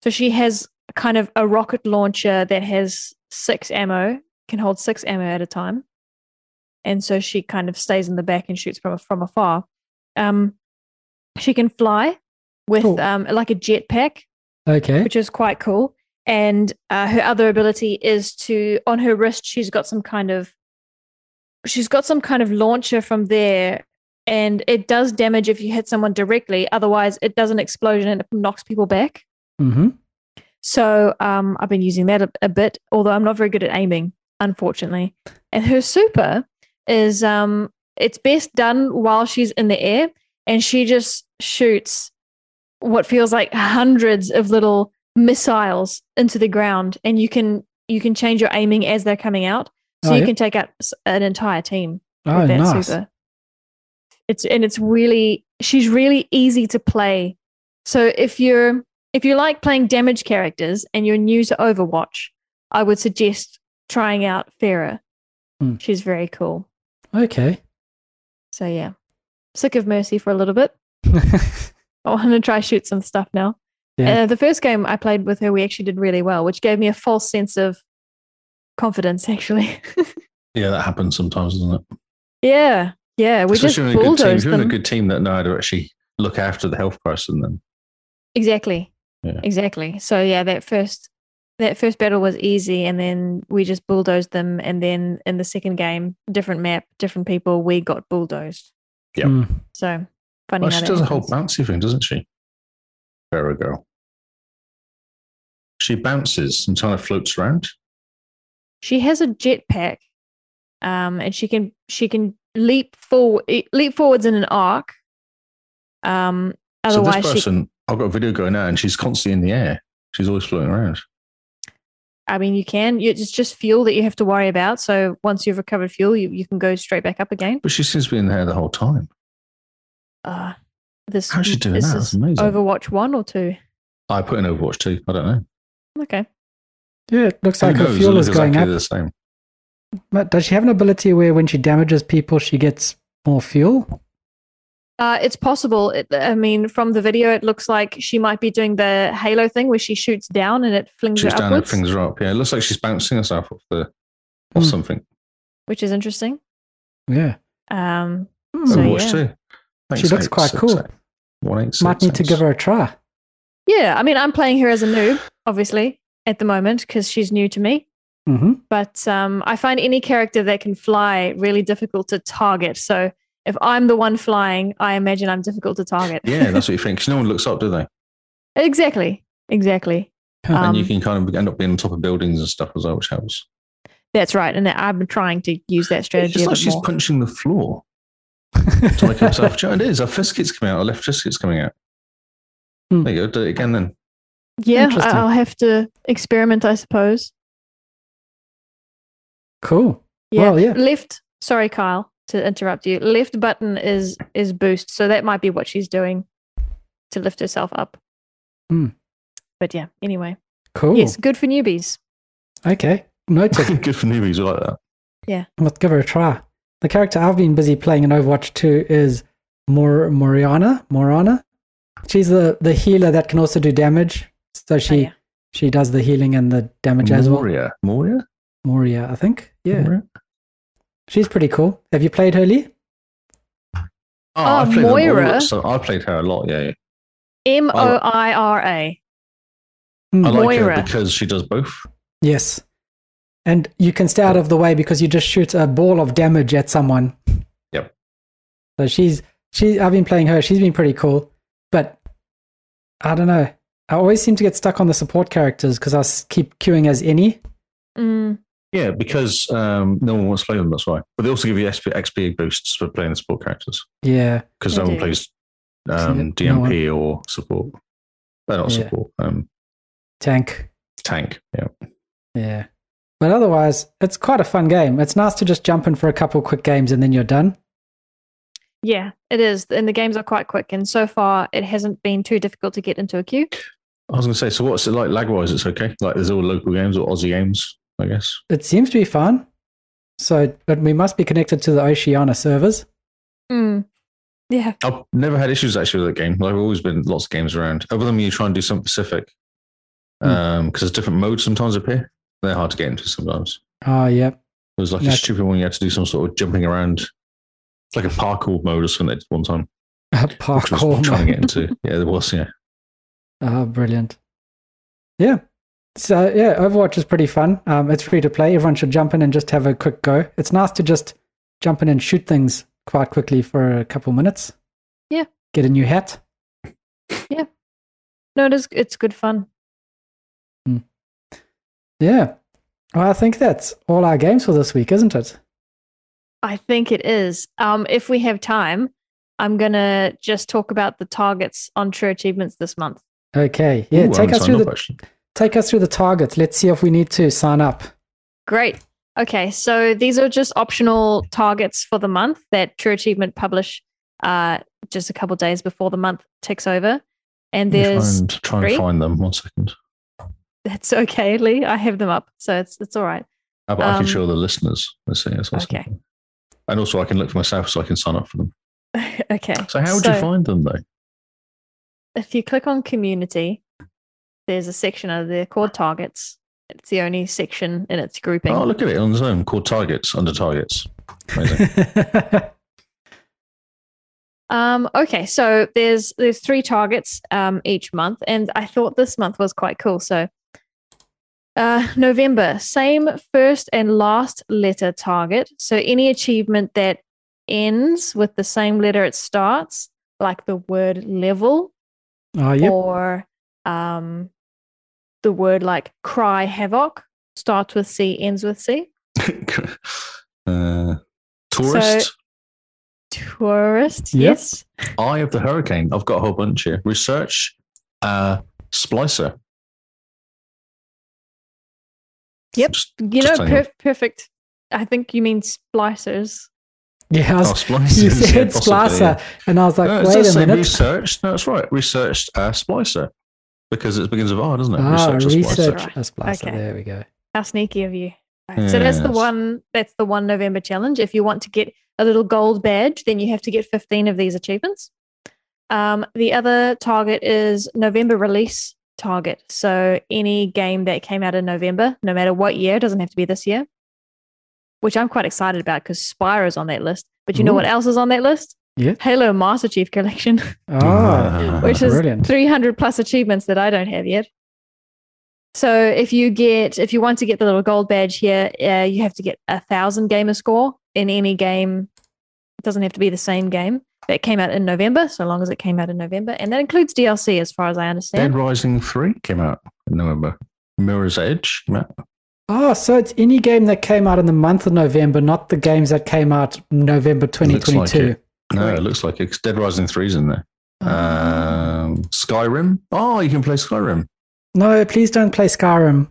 C: So she has kind of a rocket launcher that has six ammo, can hold six ammo at a time, and so she kind of stays in the back and shoots from from afar. Um, she can fly with
B: Cool.
C: um, like a jetpack,
B: Okay.
C: which is quite cool. And uh, her other ability is to on her wrist, she's got some kind of she's got some kind of launcher from there, and it does damage if you hit someone directly. Otherwise, it does an explosion and it knocks people back.
B: Mm-hmm.
C: So um, I've been using that a, a bit, although I'm not very good at aiming, unfortunately. And her super is um, it's best done while she's in the air, and she just shoots what feels like hundreds of little missiles into the ground, and you can you can change your aiming as they're coming out, so
B: Oh,
C: you
B: yeah.
C: can take out s- an entire team
B: Oh,
C: with that
B: nice.
C: super. It's and it's really she's really easy to play. So if you're if you like playing damage characters and you're new to Overwatch, I would suggest trying out Farah.
B: Hmm.
C: She's very cool.
B: Okay.
C: So yeah. Sick of Mercy for a little bit. I want to try shoot some stuff now.
B: Yeah.
C: Uh, the first game I played with her, we actually did really well, which gave me a false sense of confidence. Actually,
D: yeah, that happens sometimes, doesn't it?
C: yeah, yeah, we
D: Especially
C: just
D: in a good team.
C: bulldozed
D: If you're in a
C: them.
D: good team that know how to actually look after the health person, then
C: Exactly.
D: Yeah.
C: Exactly. So yeah, that first that first battle was easy and then we just bulldozed them and then in the second game, different map, different people, we got bulldozed.
D: Yep.
B: Mm.
C: So funny
D: well,
C: how
D: she
C: that
D: does a whole
C: happens.
D: bouncy thing, doesn't she? Vera girl. She bounces and kind of floats around.
C: She has a jetpack. Um and she can she can leap forward leap forwards in an arc. Um
D: so
C: otherwise
D: this
C: she
D: person, I've got a video going now, and she's constantly in the air. She's always floating around.
C: I mean you can you, it's just fuel that you have to worry about. So once you've recovered fuel, you, you can go straight back up again.
D: But she seems to be in there the whole time.
C: Uh this
D: How's she doing
C: is
D: that?
C: this
D: That's amazing.
C: Overwatch one or two?
D: I put in Overwatch 2. I don't know.
C: Okay.
B: Yeah, it looks
D: Who
B: like her
D: knows? It
B: fuel
D: looks
B: is going
D: exactly
B: up.
D: the same.
B: But does she have an ability where when she damages people, she gets more fuel?
C: Uh, it's possible. It, I mean, from the video, it looks like she might be doing the Halo thing where she shoots down and it flings
D: She's
C: her
D: down and
C: upwards,
D: fingers are up. Yeah, it looks like she's bouncing herself off the
B: Hmm.
D: off something.
C: which is interesting.
B: Yeah.
C: Um,
B: Hmm.
C: So,
D: Overwatch
C: yeah.
D: 2.
B: She looks quite cool.
D: One eight six.
B: Might need to give her a try.
C: yeah, I mean, I'm playing her as a noob, obviously, at the moment because she's new to me.
B: Mm-hmm.
C: But um, I find any character that can fly really difficult to target. So if I'm the one flying, I imagine I'm difficult to target.
D: Yeah, that's what you think. 'cause No one looks up, do they?
C: exactly. Exactly.
B: Huh.
D: and you
C: Um,
D: can kind of end up being on top of buildings and stuff as well, which helps.
C: That's right. And I've been trying to use that strategy. a
D: It's like
C: bit
D: she's
C: more.
D: punching the floor to make herself. it is. Her fiscuit's coming out. Her left fiscuit's coming out.
B: Hmm.
D: There you go. Do it again then.
C: yeah, I-
B: Interesting.
C: I'll have to experiment, I suppose.
B: Cool.
C: Yeah.
B: Well, yeah.
C: Left. Sorry, Kyle, to interrupt you. Left button is is boost, so that might be what she's doing to lift herself up.
B: Hmm.
C: But yeah. Anyway,
B: Cool.
C: yes, good for newbies.
B: Okay. Noted.
D: Good for newbies. I like that.
B: Let's give her a try. The character I've been busy playing in Overwatch 2 is Mor- Moriana. Morana. She's the, the healer that can also do damage. So she
C: Oh, yeah.
B: she does the healing and the damage as well.
D: Moria. Moria.
B: Moria, I think. Yeah.
D: Moria?
B: She's pretty cool. Have you played her, Lee?
D: Oh,
C: Oh,
B: Ah,
D: I played them all,
C: Moira.
D: So I played her a lot. Yeah. yeah.
C: M O I R A.
B: Hmm.
D: I like
C: Moira.
D: her because she does both.
B: Yes. And you can stay out of the way because you just shoot a ball of damage at someone.
D: Yep.
B: So she's she I've been playing her, she's been pretty cool. But I don't know. I always seem to get stuck on the support characters because I s- keep queuing as any.
C: Mm,
D: Yeah, because um, no one wants to play them. That's why. But they also give you XP, XP boosts for playing the support characters
B: Yeah.
D: because
C: They
D: no one
C: do.
D: plays um,
B: Yeah, no one-
D: DMP or support. Well, not
B: Yeah.
D: support. Um,
B: Tank.
D: tank. Yeah.
B: Yeah. But otherwise, it's quite a fun game. It's nice to just jump in for a couple quick games and then you're done.
C: yeah, it is, and the games are quite quick. And so far, it hasn't been too difficult to get into a queue.
D: I was going to say, so what's it like lag wise? It's okay. Like there's all local games or Aussie games, I guess.
B: It seems to be fun. So, but we must be connected to the Oceana servers.
C: Mm. Yeah,
D: I've never had issues actually with that game. Like, I've always been lots of games around. Other than when you try and do something specific,
B: Hmm.
D: because there's different modes sometimes appear. They're hard to get into sometimes.
B: Oh, yeah.
D: There was like
B: Yeah.
D: a stupid one you had to do some sort of jumping around. It's like a parkour mode or something at one time. Which I
B: Parkour.
D: was trying
B: mode.
D: to get into. Yeah, there was, yeah.
B: Ah, brilliant. Yeah. So yeah, Overwatch is pretty fun. Um, it's free to play. Everyone should jump in and just have a quick go. It's nice to just jump in and shoot things quite quickly for a couple minutes.
C: Yeah.
B: Get a new hat.
C: no, it is. It's good fun.
B: Yeah. Well, I think that's all our games for this week, isn't it?
C: I think it is. Um, if we have time, I'm gonna just talk about the targets on True Achievements this month.
B: Okay. Yeah.
D: Ooh, I
B: take
D: haven't
B: us through
D: signed
B: the
D: up, actually.
B: take us through the targets. Let's see if we need to sign up.
C: Great. Okay, so these are just optional targets for the month that True Achievement publish uh, just a couple days before the month ticks over. And
D: Let me
C: there's
D: try and, try
C: three.
D: and find them. One second.
C: that's okay, Lee. I have them up, so it's it's all right.
D: How about I
C: Um,
D: can show the listeners? Let's see. That's awesome.
C: okay.
D: And also, I can look for myself so I can sign up for them.
C: okay.
D: So, how would you find them though? Oh,
C: if you click on community, there's a section over there called targets. It's the only section in its grouping.
D: Oh, look at it on its own called Targets under Targets.
B: Oh,
D: Amazing.
C: Um, okay, so there's there's three targets um, each month, and I thought this month was quite cool. So uh, November, same first and last letter target. So any achievement that ends with the same letter it starts, like the word level
B: oh yeah.
C: or um, the word like cry havoc, starts with C, ends with C.
D: uh, tourist,
C: Tourist,
B: Yep.
C: yes.
D: Eye of the Hurricane. I've got a whole bunch here. Research, uh, Splicer.
C: Yep.
D: Just-
C: You
D: Just
C: know,
D: saying.
C: perf- perfect. I think you mean splicers.
B: Yeah. I
D: oh,
B: was,
D: Splicer.
B: you said Splicer, and I was like,
D: No, it
B: wait
D: does
B: a
D: say
B: minute.
D: researched. No, that's right. Researched uh, Splicer because it begins with R, doesn't it?
B: ah,
D: Research a Splicer.
B: research a splicer.
C: Okay.
B: There we go.
C: How sneaky of you. So that's the
D: Yes.
C: one that's the one November challenge. If you want to get a little gold badge, then you have to get 15 of these achievements. Um, the other target is November release target. So any game that came out in November, no matter what year, it doesn't have to be this year. Which I'm quite excited about because Spyro's on that list. But you know
B: Ooh.
C: what else is on that list?
B: Yeah.
C: Halo Master Chief Collection,
B: Ah,
C: which is
B: brilliant.
C: 300 plus achievements that I don't have yet. So if you get, if you want to get the little gold badge here, uh, you have to get a thousand gamer score in any game. It doesn't have to be the same game that came out in November, so long as it came out in November, and that includes DLC, as far as I
D: Dead
C: understand.
D: Rising 3 came out in November. Mirror's Edge came out.
B: Oh, so it's any game that came out in the month of November, not the games that came out November
D: Looks like
B: 2022.
D: it. No, it looks like it. 'cause Dead Rising 3's in there.
C: Oh.
D: Um, Skyrim. Oh, you can play Skyrim.
B: no, please don't play Skyrim.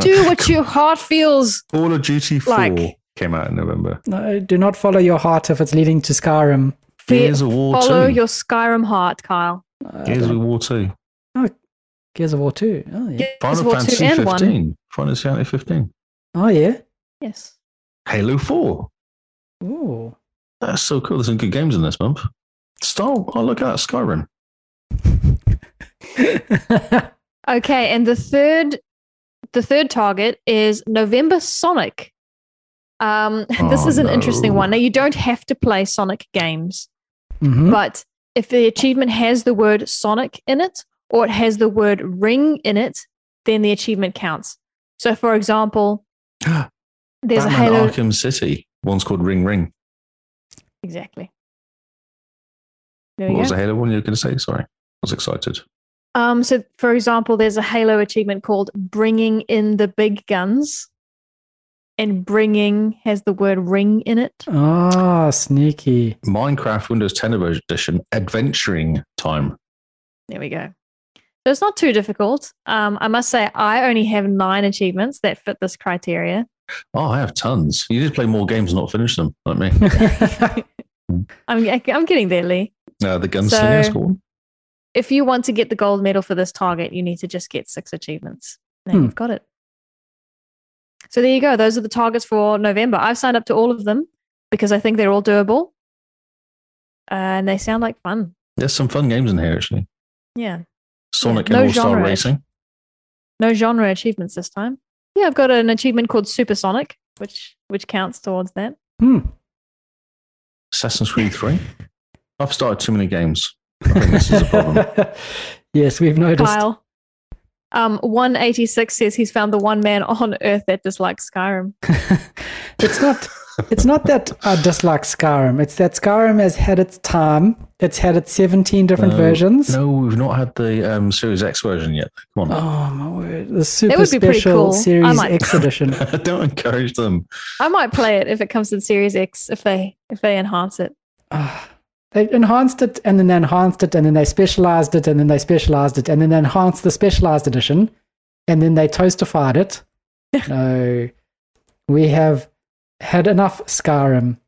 C: Do what your heart feels.
D: Call of Duty 4
C: Like-
D: came out in November.
B: No, do not follow your heart if it's leading to Skyrim.
C: Fe-
D: Gears of War
C: Follow
D: 2.
C: your Skyrim heart, Kyle.
B: Uh,
D: Gears of War 2.
B: Gears of War 2. Oh, yeah.
C: Gears of
D: Final
C: War
D: Fantasy
C: 2 and 1.
D: 15. Final Fantasy 15.
B: Oh, yeah.
C: Yes.
D: Halo 4.
B: Ooh.
D: That's so cool. There's some good games in this month. Star. Oh, look at that, Skyrim.
C: Okay, and the third the third target is November Sonic. Um, this
D: Oh,
C: is an
D: no.
C: interesting one. Now you don't have to play Sonic games,
D: Hmm?
B: Mhm.
C: but if the achievement has the word Sonic in it or it has the word ring in it, then the achievement counts. So for example, there's a
D: Batman
C: Halo
D: Arkham City. One's called Ring Ring.
C: Exactly. There
D: What
C: you
D: was
C: go.
D: the Halo one you were going to say? Sorry. I was excited.
C: Um, so, for example, there's a Halo achievement called Bringing in the Big Guns. And bringing has the word ring in it.
B: Ah, sneaky.
D: Minecraft Windows 10 edition, adventuring time.
C: There we go. So it's not too difficult. Um, I must say, I only have nine achievements that fit this criteria.
D: Oh, I have tons. You just play more games and not finish them, like me.
B: Hmm.
C: I'm, I'm getting there, Lee.
D: Uh, the Gunslinger
C: So-
D: is called.
C: If you want to get the gold medal for this target, you need to just get six achievements. Now
B: Hmm.
C: you've got it. So there you go. Those are the targets for November. I've signed up to all of them because I think they're all doable. Uh, and they sound like fun.
D: There's some fun games in here, actually.
C: Yeah.
D: Sonic
C: no
D: and All Star
C: genre.
D: Racing.
C: No genre achievements this time. Yeah, I've got an achievement called Supersonic, which which counts towards that.
B: Hmm.
D: Assassin's Creed 3. I've started too many games. I think this is a problem.
B: yes, we've noticed.
C: Kyle. Um, 186 says he's found the one man on earth that dislikes Skyrim.
B: it's not it's not that I dislike Skyrim. It's that Skyrim has had its time. It's had its 17 different
D: No,
B: versions.
D: No, we've not had the um, Series X version yet. Come on.
B: Oh my word. The super
C: would be pretty
B: special
C: cool. I
B: series
C: might-
B: X edition.
D: Don't encourage them.
C: I might play it if it comes in Series X if they if they enhance it.
B: Ah, they enhanced it and then they enhanced it and then they specialized it and then they specialized it and then they enhanced the specialized edition and then they toastified it. no. We have had enough Skyrim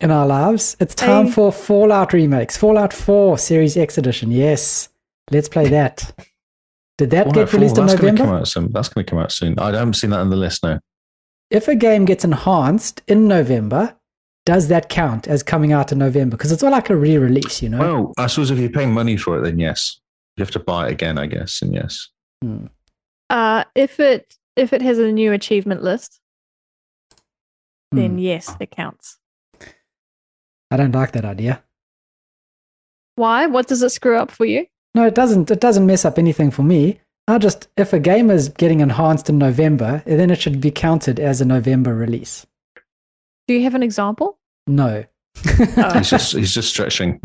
B: in our lives. It's time
C: I-
B: for Fallout remakes. Fallout 4 Series X edition. Yes. Let's play that. Did that
D: Fallout
B: get
D: 4,
B: released in
D: that's gonna
B: November?
D: come out soon. That's going to come out soon. I haven't seen that on the list now.
B: if a game gets enhanced in November, does that count as coming out in November? Because it's all like a re-release, you know.
D: Well, I suppose if you're paying money for it, then yes. You have to buy it again, I guess, and yes.
C: Uh, if it if it has a new achievement list, then
B: Hmm.
C: yes, it counts.
B: I don't like that idea.
C: Why? What does it screw up for you?
B: No, it doesn't. It doesn't mess up anything for me. I just if a game is getting enhanced in November, then it should be counted as a November release.
C: Do you have an example?
B: No.
C: Oh.
D: He's just he's just stretching.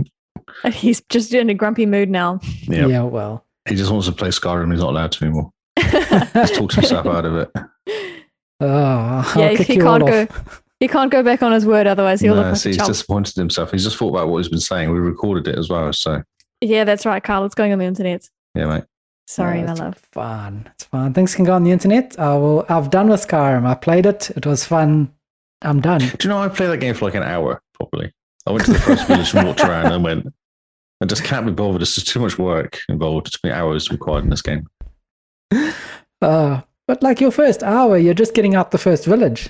C: He's just in a grumpy mood now.
D: Yeah.
B: Yeah. Well.
D: He just wants to play Skyrim. He's not allowed to anymore.
C: yeah,
D: He's talked himself out of it.
B: Oh, I'll
C: he
B: kick you all
C: can't go.
B: off.
C: He can't go back on his word, otherwise he'll look
D: No,
C: like
D: see,
C: a
D: he's
C: chump.
D: disappointed in himself. He's just thought about what he's been saying. We recorded it as well. So,
C: Yeah, that's right, Carl. It's going on the internet.
D: yeah, mate.
C: Sorry,
B: No,
C: my
B: it's
C: love.
B: Fine. It's fine. Things can go on the internet. I will. I've done with Skyrim. I played it. It was fun. I'm done.
D: Do you know, I played that game for like an hour, probably. I went to the first village and walked around and went, I just can't be bothered. It's just too much work involved. Too many hours required in this game.
B: Uh, but like your first hour, you're just getting out the first village.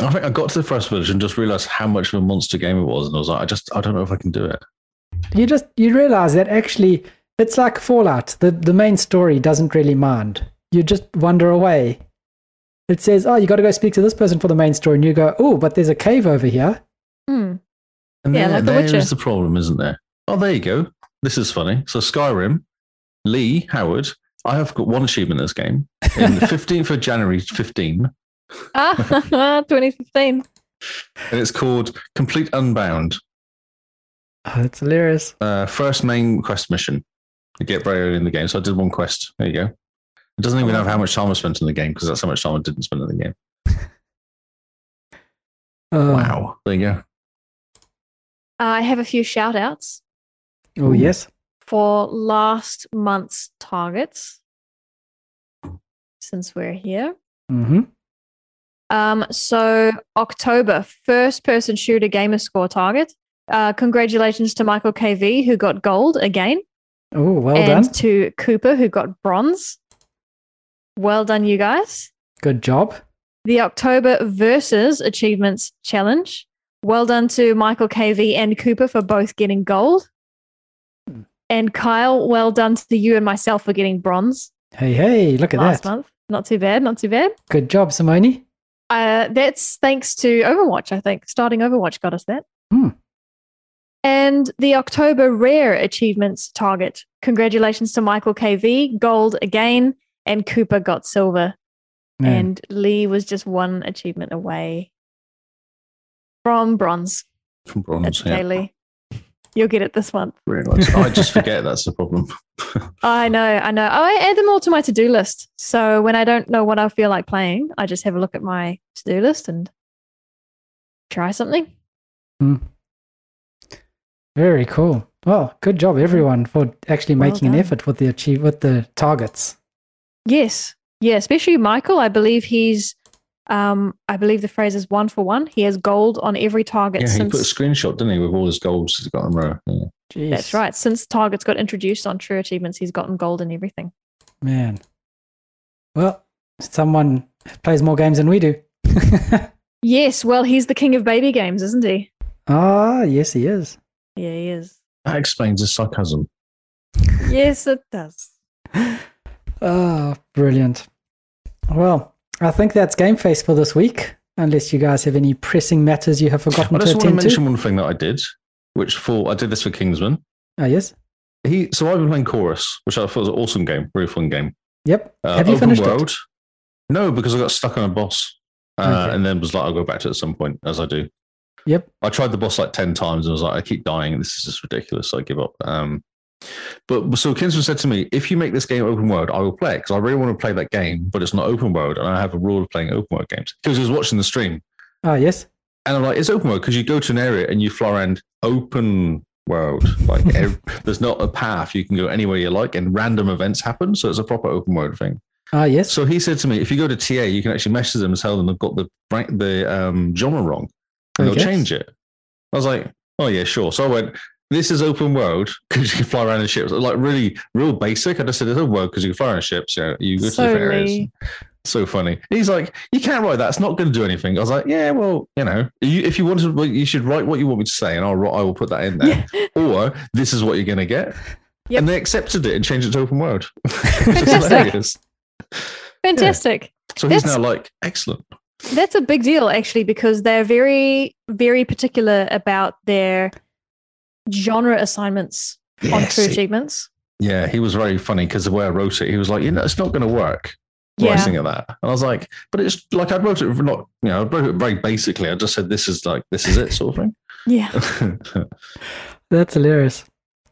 D: I think I got to the first village and just realized how much of a monster game it was. And I was like, I just, I don't know if I can do it.
B: You just you realize that actually it's like Fallout. The the main story doesn't really mind. You just wander away. It says, "Oh, you got to go speak to this person for the main story," and you go, "Oh, but there's a cave over here."
C: Hmm.
D: And
C: Yeah,
D: there,
C: like The
D: there
C: Witcher.
D: is the problem, isn't there? Oh, there you go. This is funny. So Skyrim, Lee Howard. I have got one achievement in this game. In the 15th of January 15,
C: Ah, 2015.
D: and it's called Complete Unbound,
B: Oh, that's hilarious.
D: uh, first main quest mission. You get very early in the game. So I did one quest. There you go. It doesn't even have how much time I spent in the game because that's how much time I didn't spend in the game.
B: Uh,
D: wow. There you go.
C: I have a few shout outs
B: Oh, yes.
C: for last month's targets since we're here.
B: hmm
C: Um, so October, first person shooter gamer score target. Uh, congratulations to Michael KV who got gold again,
B: Oh, well
C: and
B: done.
C: to Cooper who got bronze. Well done, you guys.
B: Good job.
C: The October versus achievements challenge. Well done to Michael KV and Cooper for both getting gold.
B: Hmm.
C: And Kyle, well done to you and myself for getting bronze
B: Hey, hey, look at
C: last
B: that.
C: month. Not too bad, not too bad.
B: Good job, Simone.
C: Uh, that's thanks to Overwatch, I think. Starting Overwatch got us that.
B: Hmm.
C: And the October Rare Achievements target. Congratulations to Michael KV, gold again, and Cooper got silver.
B: Man,
C: And Lee was just one achievement away from bronze.
D: From
C: That's
D: bronze.
C: okay,
D: Yeah.
C: Lee. You'll get it this month.
D: Really nice. I just forget that's the problem.
C: I know, I know. Oh, I add them all to my to do list. So when I don't know what I feel like playing, I just have a look at my to do list and try something.
B: very cool. Well, good job, everyone, for actually
C: Well
B: making an
C: done.
B: effort with the achieve with the targets.
C: Yes. Yeah, especially Michael. I believe he's um I believe the phrase is one for one. He has gold on every target
D: Yeah, he
C: since
D: put a screenshot, didn't he, with all his goals he's got in a row. Yeah.
B: Jeez,
C: that's right. Since targets got introduced on true achievements, he's gotten gold in everything.
B: man. Well, someone plays more games than we do.
C: Yes, well he's the king of baby games, isn't he?
B: ah, yes, he is.
C: Yeah, he is.
D: That explains his sarcasm.
C: yes, it does.
B: Ah, brilliant. Well, I think that's Game Face for this week. Unless you guys have any pressing matters you have forgotten
D: I
B: to
D: just want to
B: attend to.
D: mention one thing that I did, which for I did this for Kingsman.
B: Ah, yes.
D: He so I've been playing Chorus, which I thought was an awesome game, really fun game.
B: Yep.
D: Uh,
B: have you
D: open
B: finished
D: world?
B: it?
D: No, because I got stuck on a boss, uh,
B: Okay.
D: and then was like, I'll go back to it at some point, as I do.
B: Yep.
D: I tried the boss like 10 times and was like, I keep dying. This is just ridiculous. I give up. Um, but so Kinsman said to me, if you make this game open world, I will play it because I really want to play that game, but it's not open world. And I have a rule of playing open world games because he was watching the stream.
B: Ah, yes.
D: And I'm like, it's open world because you go to an area and you fly around open world. Like ev- there's not a path. You can go anywhere you like and random events happen. So it's a proper open world thing.
B: Ah, yes.
D: So he said to me, if you go to TA, you can actually message them and tell them they've got the bra- the um, genre wrong, and
B: Okay.
D: they'll change it. I was like, oh yeah, sure. So I went, this is open world because you can fly around in ships. Like really, real basic. I just said it's open world because you can fly around in ships. Yeah, you go to
C: So
D: different areas.
C: Lee,
D: So funny. He's like, you can't write that. It's not going to do anything. I was like, yeah, well, you know, you, if you want to, you should write what you want me to say, and I'll write- I will put that in there.
C: yeah,
D: Or this is what you're going to get.
C: Yep.
D: And they accepted it and changed it to open world. Which is
C: Fantastic.
D: hilarious.
C: fantastic.
D: So he's
C: That's-
D: now like, excellent.
C: That's a big deal, actually, because they're very, very particular about their genre assignments on
D: Yes,
C: True
D: he-
C: Achievements.
D: yeah, he was very funny because the way I wrote it, he was like, you know, it's not going to work
C: Yeah,
D: writing at that. And I was like, but it's like I wrote it not, you know, I wrote it very basically. I just said this is like this is it sort of
C: yeah,
D: thing.
B: That's hilarious.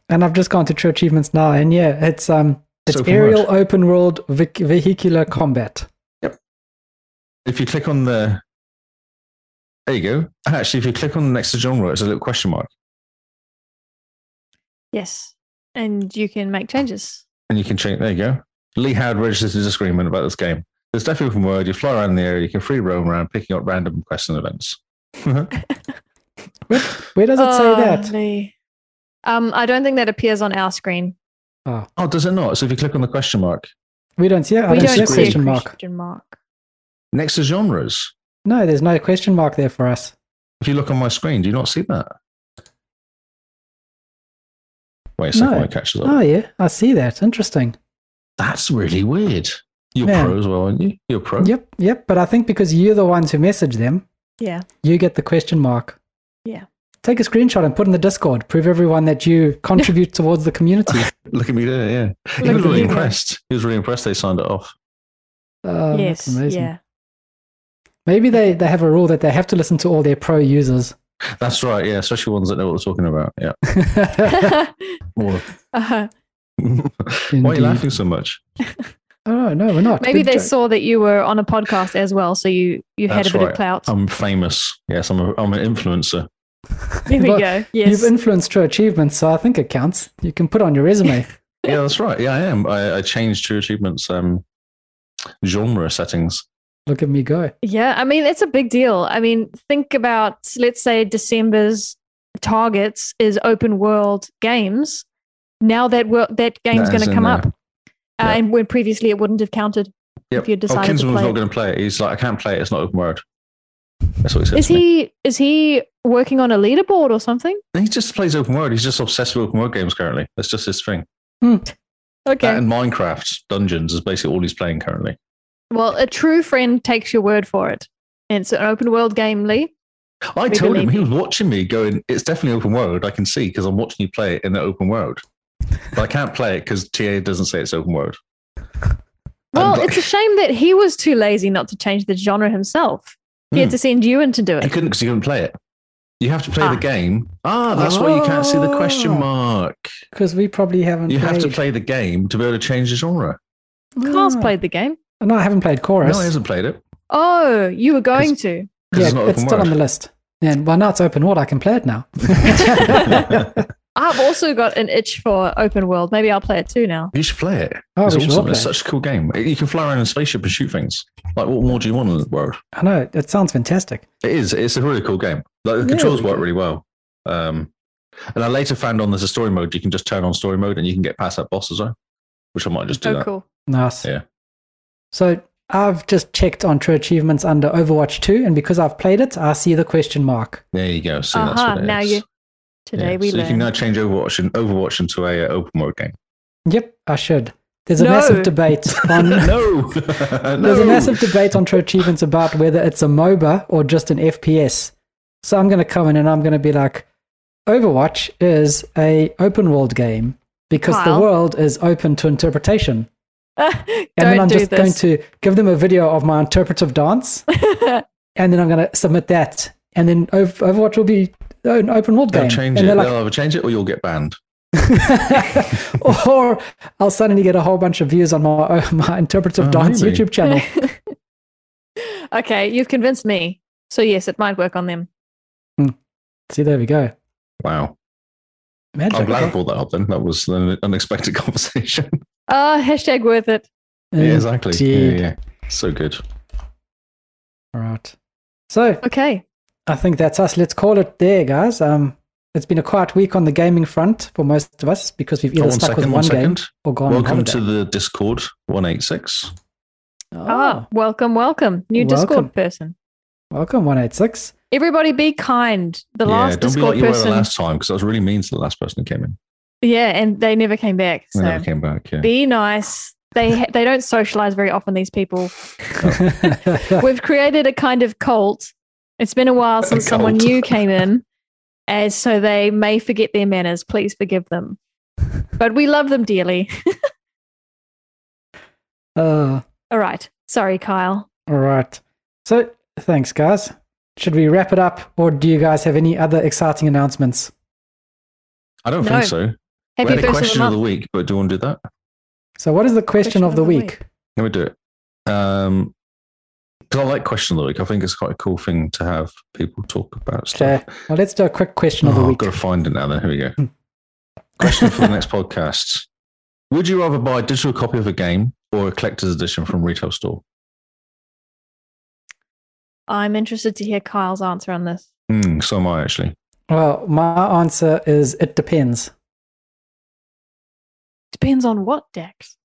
B: And I've just gone to True Achievements now, and yeah, it's um, it's
D: It's open
B: aerial
D: world.
B: open world vec- vehicular combat.
D: if you click on the, there you go. And actually, if you click on the next to genre, it's a little question mark,
C: yes. And you can make changes.
D: and you can change. There you go. Lee Howard registers his disagreement about this game. There's definitely open world. You fly around the area. You can free roam around, picking up random quests and events.
B: Where does it
C: Oh,
B: say that?
C: Lee. Um, I don't think that appears on our screen.
D: oh, does it not? So if you click on the question mark
B: We don't see it. I
C: we
B: don't see Oh, a
C: don't see a
B: question mark.
C: question mark.
D: next to genres,
B: No, there's no question mark there for us.
D: If you look on my screen, do you not see that? Wait a second,
B: No.
D: when it catches up.
B: Oh yeah, I see that. Interesting.
D: That's really weird. You're
B: Yeah.
D: pro as well, aren't you? You're pro.
B: Yep, yep. But I think because you're the ones who message them,
C: Yeah,
B: you get the question mark.
C: Yeah.
B: Take a screenshot and put in the Discord. Prove everyone that you contribute towards the community.
D: Look at me there, yeah.
C: Look
D: he
C: at
D: was really
C: you.
D: impressed. He was really impressed they signed it off.
B: Oh,
C: yes,
B: that's amazing.
C: yeah.
B: Maybe they, they have a rule that they have to listen to all their pro users.
D: That's right, yeah, especially ones that know what they're talking about. Yeah.
C: Uh-huh.
D: Why are you laughing so much?
B: Oh no, we're not.
C: Maybe
B: Big
C: they
B: joke.
C: saw that you were on a podcast as well, so you you had a
D: That's
C: bit
D: right. Um,
C: of clout.
D: I'm famous. Yes, I'm, a, I'm an influencer.
C: there we
B: Well,
C: go. Yes.
B: You've influenced her achievements, so I think it counts. You can put on your resume.
D: Yeah, that's right. Yeah, I am. I, I changed to achievements um, genre settings.
B: Look at me go.
C: yeah, I mean it's a big deal. I mean, think about let's say December's targets is open world games. Now that wor- that game's
D: That
C: going
D: is
C: to
D: in
C: come
D: there.
C: up, uh,
D: Yeah.
C: and when previously it wouldn't have counted
D: Yep.
C: if you
D: Oh,
C: decided to
D: Kinsman's
C: play.
D: not
C: it.
D: going to play it. He's like, I can't play it. It's not open world. That's what he said.
C: Is
D: to me.
C: he is he working on a leaderboard or something?
D: He just plays open world. He's just obsessed with open world games currently. That's just his thing. That
C: Okay.
D: Uh, and Minecraft Dungeons is basically all he's playing currently.
C: well, a true friend takes your word for it. And it's an open world game, Lee.
D: I
C: We
D: told him
C: believe
D: he was watching me going, it's definitely open world. I can see because I'm watching you play it in the open world. But I can't play it because TA doesn't say it's open world.
C: Well,
D: but-
C: it's a shame that he was too lazy not to change the genre himself. He had
D: Hmm.
C: to send you in to do
D: He
C: it.
D: couldn't because he couldn't play it. You have to play
C: Ah. Oh.
D: the game. Ah, that's why you can't see the question
B: Ah.
D: mark.
B: Because we probably haven't
D: You
B: played.
D: have to play the game to be able to change the genre.
C: Carl's
B: Ah.
C: played the game.
B: No, I haven't played Chorus.
D: No, he hasn't played it.
C: Oh, you were going to.
B: yeah,
D: Because it's not open
B: still
D: world.
B: on the list. And well, now it's open world. I can play it now. Oh,
C: I've also got an itch for open world. Maybe I'll play it too now.
D: You should play it.
B: Oh,
D: it's
B: we should all
D: awesome.
B: play.
D: It's
B: it.
D: such a cool game. You can fly around in a spaceship and shoot things. Like, what more do you want in the world?
B: I know it sounds fantastic.
D: It is. It's a really cool game. Like, the
B: Yeah,
D: controls
B: we
D: work
B: do.
D: really well. Um, and I later found on there's a story mode. You can just turn on story mode and you can get past that boss as well, which I might just do
C: Oh,
D: that.
C: cool.
B: Nice.
D: Yeah.
B: So I've just checked on True Achievements under Overwatch 2, and because I've played it, I see the question mark.
D: There you go. So that's
C: Aha,
D: what it
C: now
D: is.
C: you. Today
D: Yeah.
C: we
D: so you can now
C: learn.
D: change Overwatch and Overwatch into a uh, open world game.
B: Yep, I should. There's a
C: No.
B: massive debate on.
D: no,
B: Um, There's
D: No.
B: a massive debate on True Achievements about whether it's a MOBA or just an FPS. So I'm going to come in and I'm going to be like, Overwatch is a open world game because
C: Kyle.
B: the world is open to interpretation. And then
C: Don't
B: I'm
C: do
B: just going
C: this.
B: to give them a video of my interpretive dance, and then I'm going to submit that, and then Ov- Overwatch will be an open world
D: They'll
B: game. and
D: change it.
B: they're like,
D: They'll either change it or you'll get banned.
B: or I'll suddenly get a whole bunch of views on my my interpretive
D: Oh,
B: dance
D: maybe.
B: YouTube channel.
C: okay, you've convinced me. So yes, it might work on them.
B: See, there we go.
D: Wow.
B: Magic.
D: I'm glad I
B: okay?
D: brought that up then. That was an unexpected conversation.
C: Ah, hashtag worth it.
D: yeah, exactly. Yeah,
B: Indeed.
D: yeah. So good.
B: All right. So
C: Okay.
B: I think that's us. Let's call it there, guys. Um, it's been a quiet week on the gaming front for most of us because we've
D: Oh,
B: either
D: one
B: stuck
D: second,
B: with
D: one
B: one game
D: second.
B: or gone on
D: Welcome
B: holiday.
D: to the Discord 186.
C: Ah,
B: Oh,
C: welcome, welcome. New
B: Welcome.
C: Discord person.
B: welcome one eight six.
C: Everybody be kind. The
D: yeah,
C: last
D: don't be
C: Discord
D: like you were
C: person.
D: the last time because I was really mean to the last person who came in.
C: Yeah, and they never came back.
D: They
C: So
D: never came back. Yeah.
C: be nice. They ha- they don't socialize very often. These people. We've created a kind of cult. It's been a while since someone
D: cult.
C: new came in, as so they may forget their manners. Please forgive them. But we love them dearly.
B: uh,
C: All right. Sorry, Kyle.
B: all right. So thanks, guys. Should we wrap it up, or do you guys have any other exciting announcements?
D: I don't
C: No.
D: think so. we
C: Happy
D: had
C: first
D: a
C: of the
D: question of the
C: month.
D: week, but do you want to do that?
B: So, what is the question, of the, week?
D: Can we do it? Because I like question of the week. I think it's quite a cool thing to have people talk about stuff.
B: Okay. Well, let's do a quick question of the
D: Oh, I've
B: week.
D: got to find it now. Then here we go. Question for the next podcast: Would you rather buy a digital copy of a game or a collector's edition from retail store?
C: I'm interested to hear Kyle's answer on this.
D: Hmm, so am I actually.
B: Well, my answer is it depends.
C: Depends on what Dex.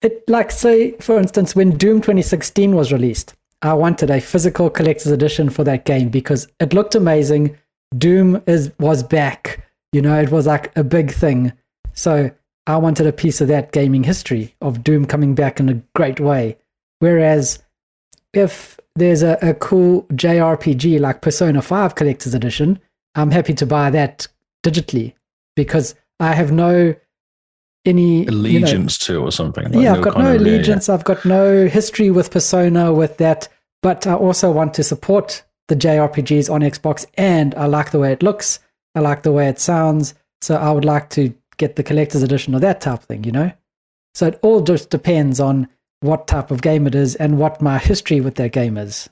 B: it like say for instance when doom 2016 was released i wanted a physical collector's edition for that game because it looked amazing doom is was back you know it was like a big thing so i wanted a piece of that gaming history of doom coming back in a great way whereas if there's a, a cool jrpg like persona 5 collector's edition i'm happy to buy that digitally because i have no any you know-
D: Allegiance to or something. like
B: yeah, I've got
D: kind
B: no
D: of- yeah, yeah.
B: allegiance. I've got no history with Persona with that, but I also want to support the JRPGs on Xbox, and I like the way it looks. I like the way it sounds. So I would like to get the collector's edition or that type of thing, you know? So it all just depends on what type of game it is and what my history with that game is.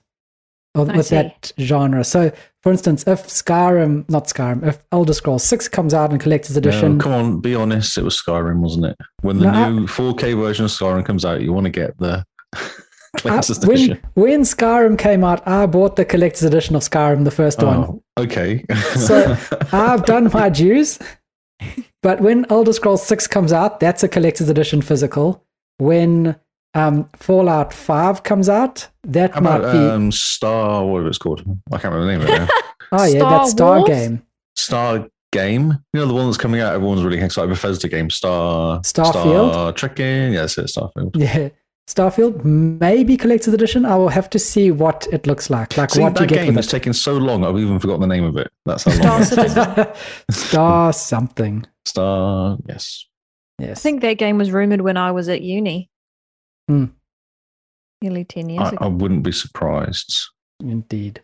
B: Or
C: I
B: with
C: see.
B: that genre. So for instance, if Skyrim not Skyrim, if Elder Scrolls Six comes out in collector's edition,
D: No, come on, be honest. It was Skyrim, wasn't it? When the
B: No, I-
D: new 4K version of Skyrim comes out, you want to get the
B: I-
D: collector's
B: Uh, when
D: edition.
B: when Skyrim came out, I bought the collector's edition of Skyrim, the first one.
D: Oh, okay.
B: So- I've done my dues. But when Elder Scrolls 6 comes out, that's a collector's edition physical. When um, Fallout 5 comes out, that
D: How
B: might
D: about
B: be.
D: um, Star, whatever it's called? I can't remember the name of it now.
B: oh, yeah,
C: Star
B: that's Star
C: Wars?
B: Game.
D: Star Game. You know, the one that's coming out, everyone's really excited. Bethesda game, Star.
B: Starfield?
D: Star Trekking. Yeah, that's it, Starfield.
B: Yeah. Starfield, maybe collector's edition. I will have to see what it looks like. Like
D: See,
B: what you
D: that
B: get
D: game
B: with
D: has
B: it.
D: taken so long, I've even forgotten the name of it. That's how
C: Star
D: long. it-
C: Citizen.
B: Star something.
D: Star, yes.
B: Yes.
C: I think that game was rumored when I was at uni.
B: Hmm.
C: Nearly 10 years
D: I,
C: ago.
D: I wouldn't be surprised.
B: Indeed.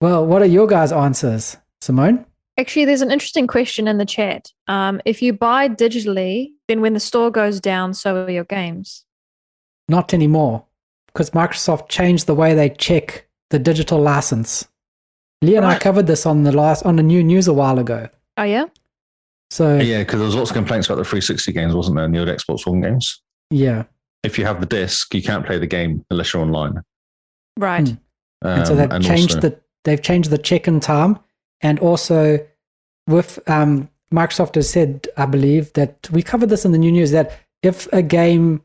B: Well, what are your guys' answers, Simone?
C: Actually, there's an interesting question in the chat. Um, if you buy digitally, then when the store goes down, so are your games.
B: Not anymore, because Microsoft changed the way they check the digital license. Lee and I
D: Right.
B: covered this on the last on the new news a while ago.
C: Oh, yeah?
B: So yeah,
D: Yeah, because there was lots of complaints about the 360 games, wasn't there, and the old Xbox One games. If you have the disc, you can't play the game unless you're online.
C: Right.
B: Hmm. and so they've changed
D: Um, also-
B: the they've changed the check-in time, and also with um, Microsoft has said, I believe that we covered this in the new news that if a game,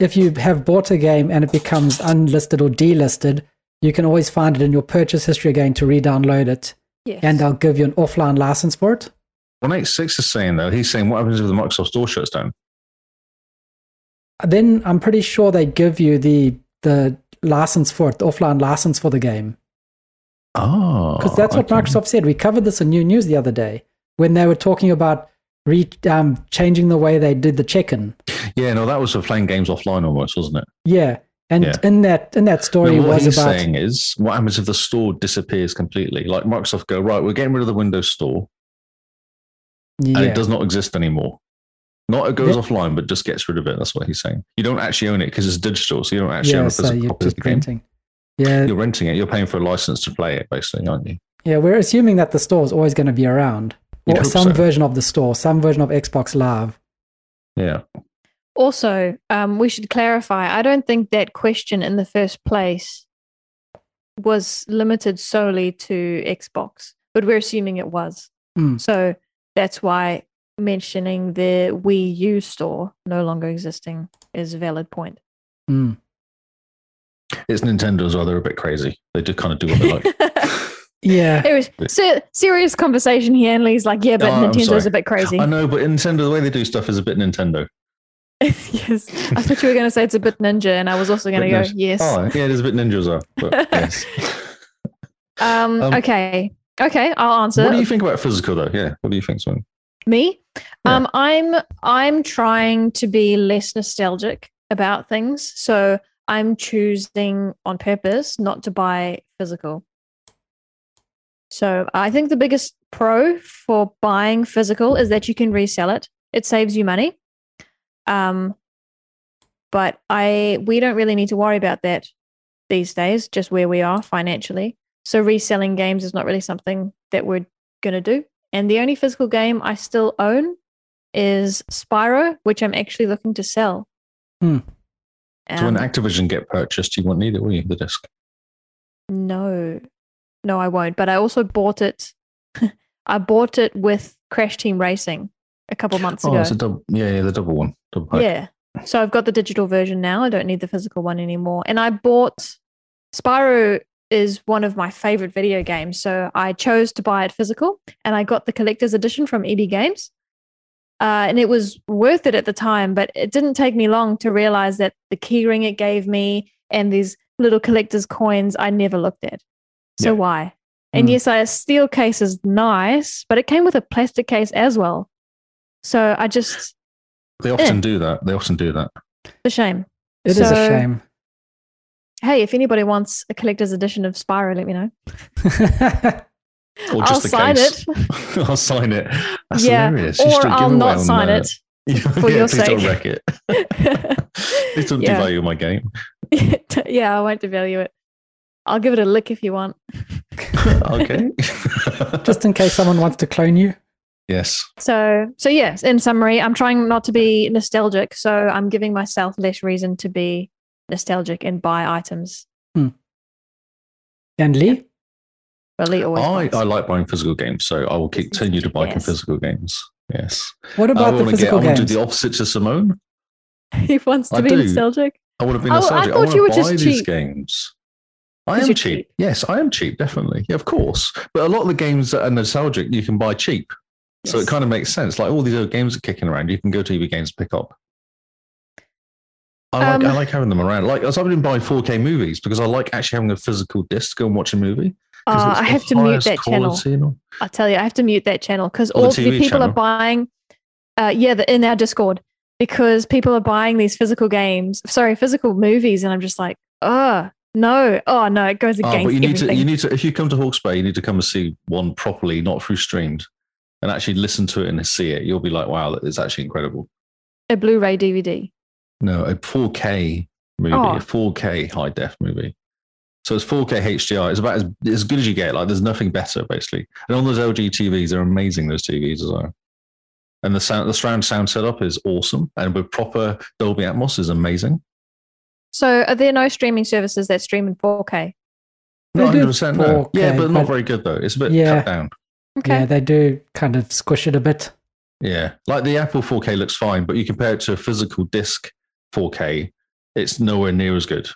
B: if you have bought a game and it becomes unlisted or delisted, you can always find it in your purchase history again to re-download it,
C: Yes.
B: and uh, they'll give you an offline license for it.
D: 186 is saying, though, he's saying, what happens if the Microsoft Store shuts down?
B: then I'm pretty sure they give you the the license for it, the offline license for the game,
D: Oh.
B: because that's what
D: okay.
B: Microsoft said. We covered this in New News the other day when they were talking about re- um, changing the way they did the check-in.
D: Yeah, no, that was for playing games offline almost, wasn't it?
B: Yeah, and
D: Yeah.
B: in that in that
D: No,
B: story
D: what
B: was
D: he's
B: about
D: saying is, what happens if the store disappears completely? Like Microsoft go, right, we're getting rid of the Windows Store, and
B: yeah,
D: it does not exist anymore. Not it goes
B: Yeah.
D: offline, but just gets rid of it. That's what he's saying. You don't actually own it because it's digital, so you don't actually own
B: yeah.
D: a
B: So
D: physical
B: you're
D: copy of
B: just
D: the game.
B: printing. Yeah,
D: You're renting it. You're paying for a license to play it, basically, aren't you?
B: yeah. We're assuming that the store is always going to be around,
D: You'd
B: or
D: hope
B: some
D: so.
B: version of the store, some version of Xbox Live.
D: Yeah.
C: Also, um, we should clarify I don't think that question in the first place was limited solely to Xbox, but we're assuming it was.
B: Mm.
C: So that's why mentioning the Wii U store no longer existing is a valid point.
B: Mm.
D: It's Nintendo as well. They're a bit crazy. They do kind of do what they like.
B: Yeah,
C: It was se- serious conversation here, and Lee's like, "Yeah, but
D: Oh, I'm
C: Nintendo's
D: sorry.
C: a bit crazy."
D: I know, but Nintendo, the way they do stuff is a bit Nintendo.
C: yes, I thought you were going to say it's a bit ninja, and I was also going to
D: Bit
C: go,
D: ninja.
C: "Yes."
D: Oh, yeah, it is a bit ninja as well. But yes.
C: Um,
D: Um,
C: okay, okay, I'll answer.
D: what do you think about physical, though? Yeah. What do you think, Simon?
C: Me,
D: Yeah.
C: um, I'm I'm trying to be less nostalgic about things, so I'm choosing on purpose not to buy physical. So I think the biggest pro for buying physical is that you can resell it. It saves you money. Um, but I we don't really need to worry about that these days, just where we are financially. So reselling games is not really something that we're gonna do. And the only physical game I still own is Spyro, which I'm actually looking to sell.
B: Hmm.
D: so
C: Um,
D: when Activision get purchased, you won't need it, will you? The disc.
C: No, no, I won't. But I also bought it. I bought it with Crash Team Racing a couple months
D: Oh,
C: ago.
D: it's a double. Yeah, yeah, the double one. Double pack.
C: Yeah. So I've got the digital version now. I don't need the physical one anymore. And I bought Spyro is one of my favorite video games. So I chose to buy it physical and I got the collector's edition from EB Games. Uh, and it was worth it at the time, but it didn't take me long to realize that the keyring it gave me and these little collector's coins I never looked at. So
D: Yeah.
C: why? And
B: Mm.
C: yes, a steel case is nice, but it came with a plastic case as well. So I just,
D: They often do that. They often do that.
C: it's a shame.
B: it is a
C: So-
B: shame.
C: Hey, if anybody wants a collector's edition of Spyro, let me know.
D: Or
C: I'll
D: just the
C: sign
D: case.
C: it.
D: I'll sign it. That's
C: yeah.
D: hilarious. You should
C: Or
D: do a
C: I'll
D: giveaway
C: not
D: on
C: sign
D: that.
C: it.
D: Yeah,
C: for
D: yeah,
C: your
D: please don't
C: sake.
D: wreck it. Please don't
C: Yeah.
D: devalue my game.
C: yeah, I won't devalue it. I'll give it a lick if you want.
D: okay.
B: Just in case someone wants to clone you.
D: yes.
C: So, so yes, in summary, I'm trying not to be nostalgic, so I'm giving myself less reason to be nostalgic and buy items.
B: And Lee?
C: Really, always.
D: I,
C: buys.
D: I like buying physical games, so I will
C: Business
D: continue to buy
C: yes.
D: physical games. Yes.
B: What
D: I
B: about the
D: want to get. I
B: physical
D: want to
B: games?
D: do the opposite to Simone.
C: he wants to
D: I
C: be
D: do.
C: nostalgic.
D: I want to be
C: Oh, I
D: nostalgic. I,
C: thought
D: want
C: you were
D: to
C: just
D: buy these
C: cheap.
D: games. I
C: 'Cause
D: am
C: you're
D: cheap.
C: cheap.
D: Yes, I am cheap. Definitely. Yeah, of course. But a lot of the games that are nostalgic, you can buy cheap. So it
C: Yes.
D: kind of makes sense. Like all these other games are kicking around, you can go to EB Games and pick up. I like,
C: Um,
D: I like having them around. Like, I've been buying 4K movies because I like actually having a physical disc to go and watch a movie. 'cause
C: Uh,
D: it's
C: I
D: the
C: have to mute
D: highest
C: that channel.
D: quality and all.
C: I tell you, I have to mute that channel because
D: Or the
C: all the,
D: TV
C: people
D: channel.
C: are buying. Uh, yeah, the, in our Discord, because people are buying these physical games. Sorry, physical movies, and I'm just like, oh no, oh no, it goes
D: Ah,
C: against
D: but you need
C: everything.
D: to, you need to, if you come to Hawke's Bay, you need to come and see one properly, not through streamed, and actually listen to it and see it. You'll be like, wow, that is actually incredible.
C: a Blu-ray DVD.
D: No, a 4K movie,
C: Oh.
D: a 4K high def movie. So it's 4K HDR. It's about as, as good as you get. Like there's nothing better basically. And on those LG TVs, they're amazing. Those TVs as well. And the sound, the surround sound setup is awesome. And with proper Dolby Atmos is amazing.
C: So, are there no streaming services that stream in 4K?
B: They
D: Not
B: do
D: 100%. No. Yeah,
B: 4K,
D: but not
B: but-
D: very good though. It's a bit
B: Yeah.
D: cut down.
C: Okay.
B: Yeah, they do kind of squish it a bit.
D: Yeah, like the Apple 4K looks fine, but you compare it to a physical disc 4K, it's nowhere near as good.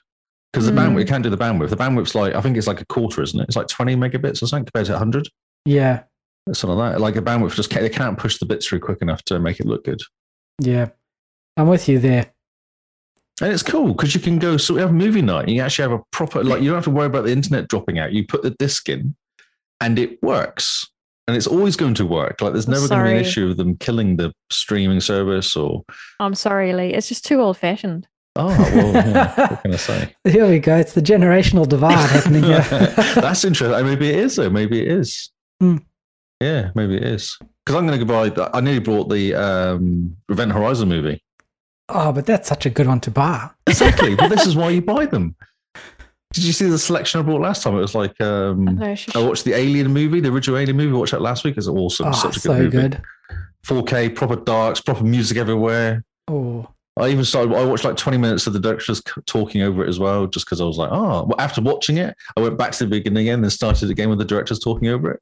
D: Because the
C: Mm.
D: bandwidth, you can do the bandwidth. The bandwidth's like, I think it's like a quarter, isn't it? It's like 20 megabits or something compared to 100,
B: Yeah,
D: something like that. Like a bandwidth just can't, they can't push the bits through quick enough to make it look good.
B: yeah. I'm with you there.
D: And it's cool because you can go, so we have movie night. You actually have a proper, like, you don't have to worry about the internet dropping out. You put the disc in and it works. And it's always going to work. Like, there's
C: I'm
D: never going to be an
C: sorry.
D: issue of them killing the streaming service or,
C: I'm sorry, Lee. It's just too old-fashioned.
D: oh, well, yeah, what can I say?
B: Here we go. It's the generational divide happening here.
D: That's interesting. Uh, Maybe it is though. Maybe it is.
B: Hmm.
D: Yeah, maybe it is. Because I'm going to go buy. I nearly bought the um, Event Horizon movie.
B: oh, but that's such a good one to buy.
D: Exactly. but this is why you buy them. Did you see the selection I brought last time? It was like um,
C: No, sh-
D: I watched the Alien movie, the original Alien movie. I watched that last week. It's awesome.
B: Oh,
D: Such a good
B: so
D: movie.
B: good.
D: 4K, proper darks, proper music everywhere.
B: Oh,
D: I even started. I watched like 20 minutes of the directors c- talking over it as well, just because I was like, oh. Well, after watching it, I went back to the beginning again and started again with the directors talking over it.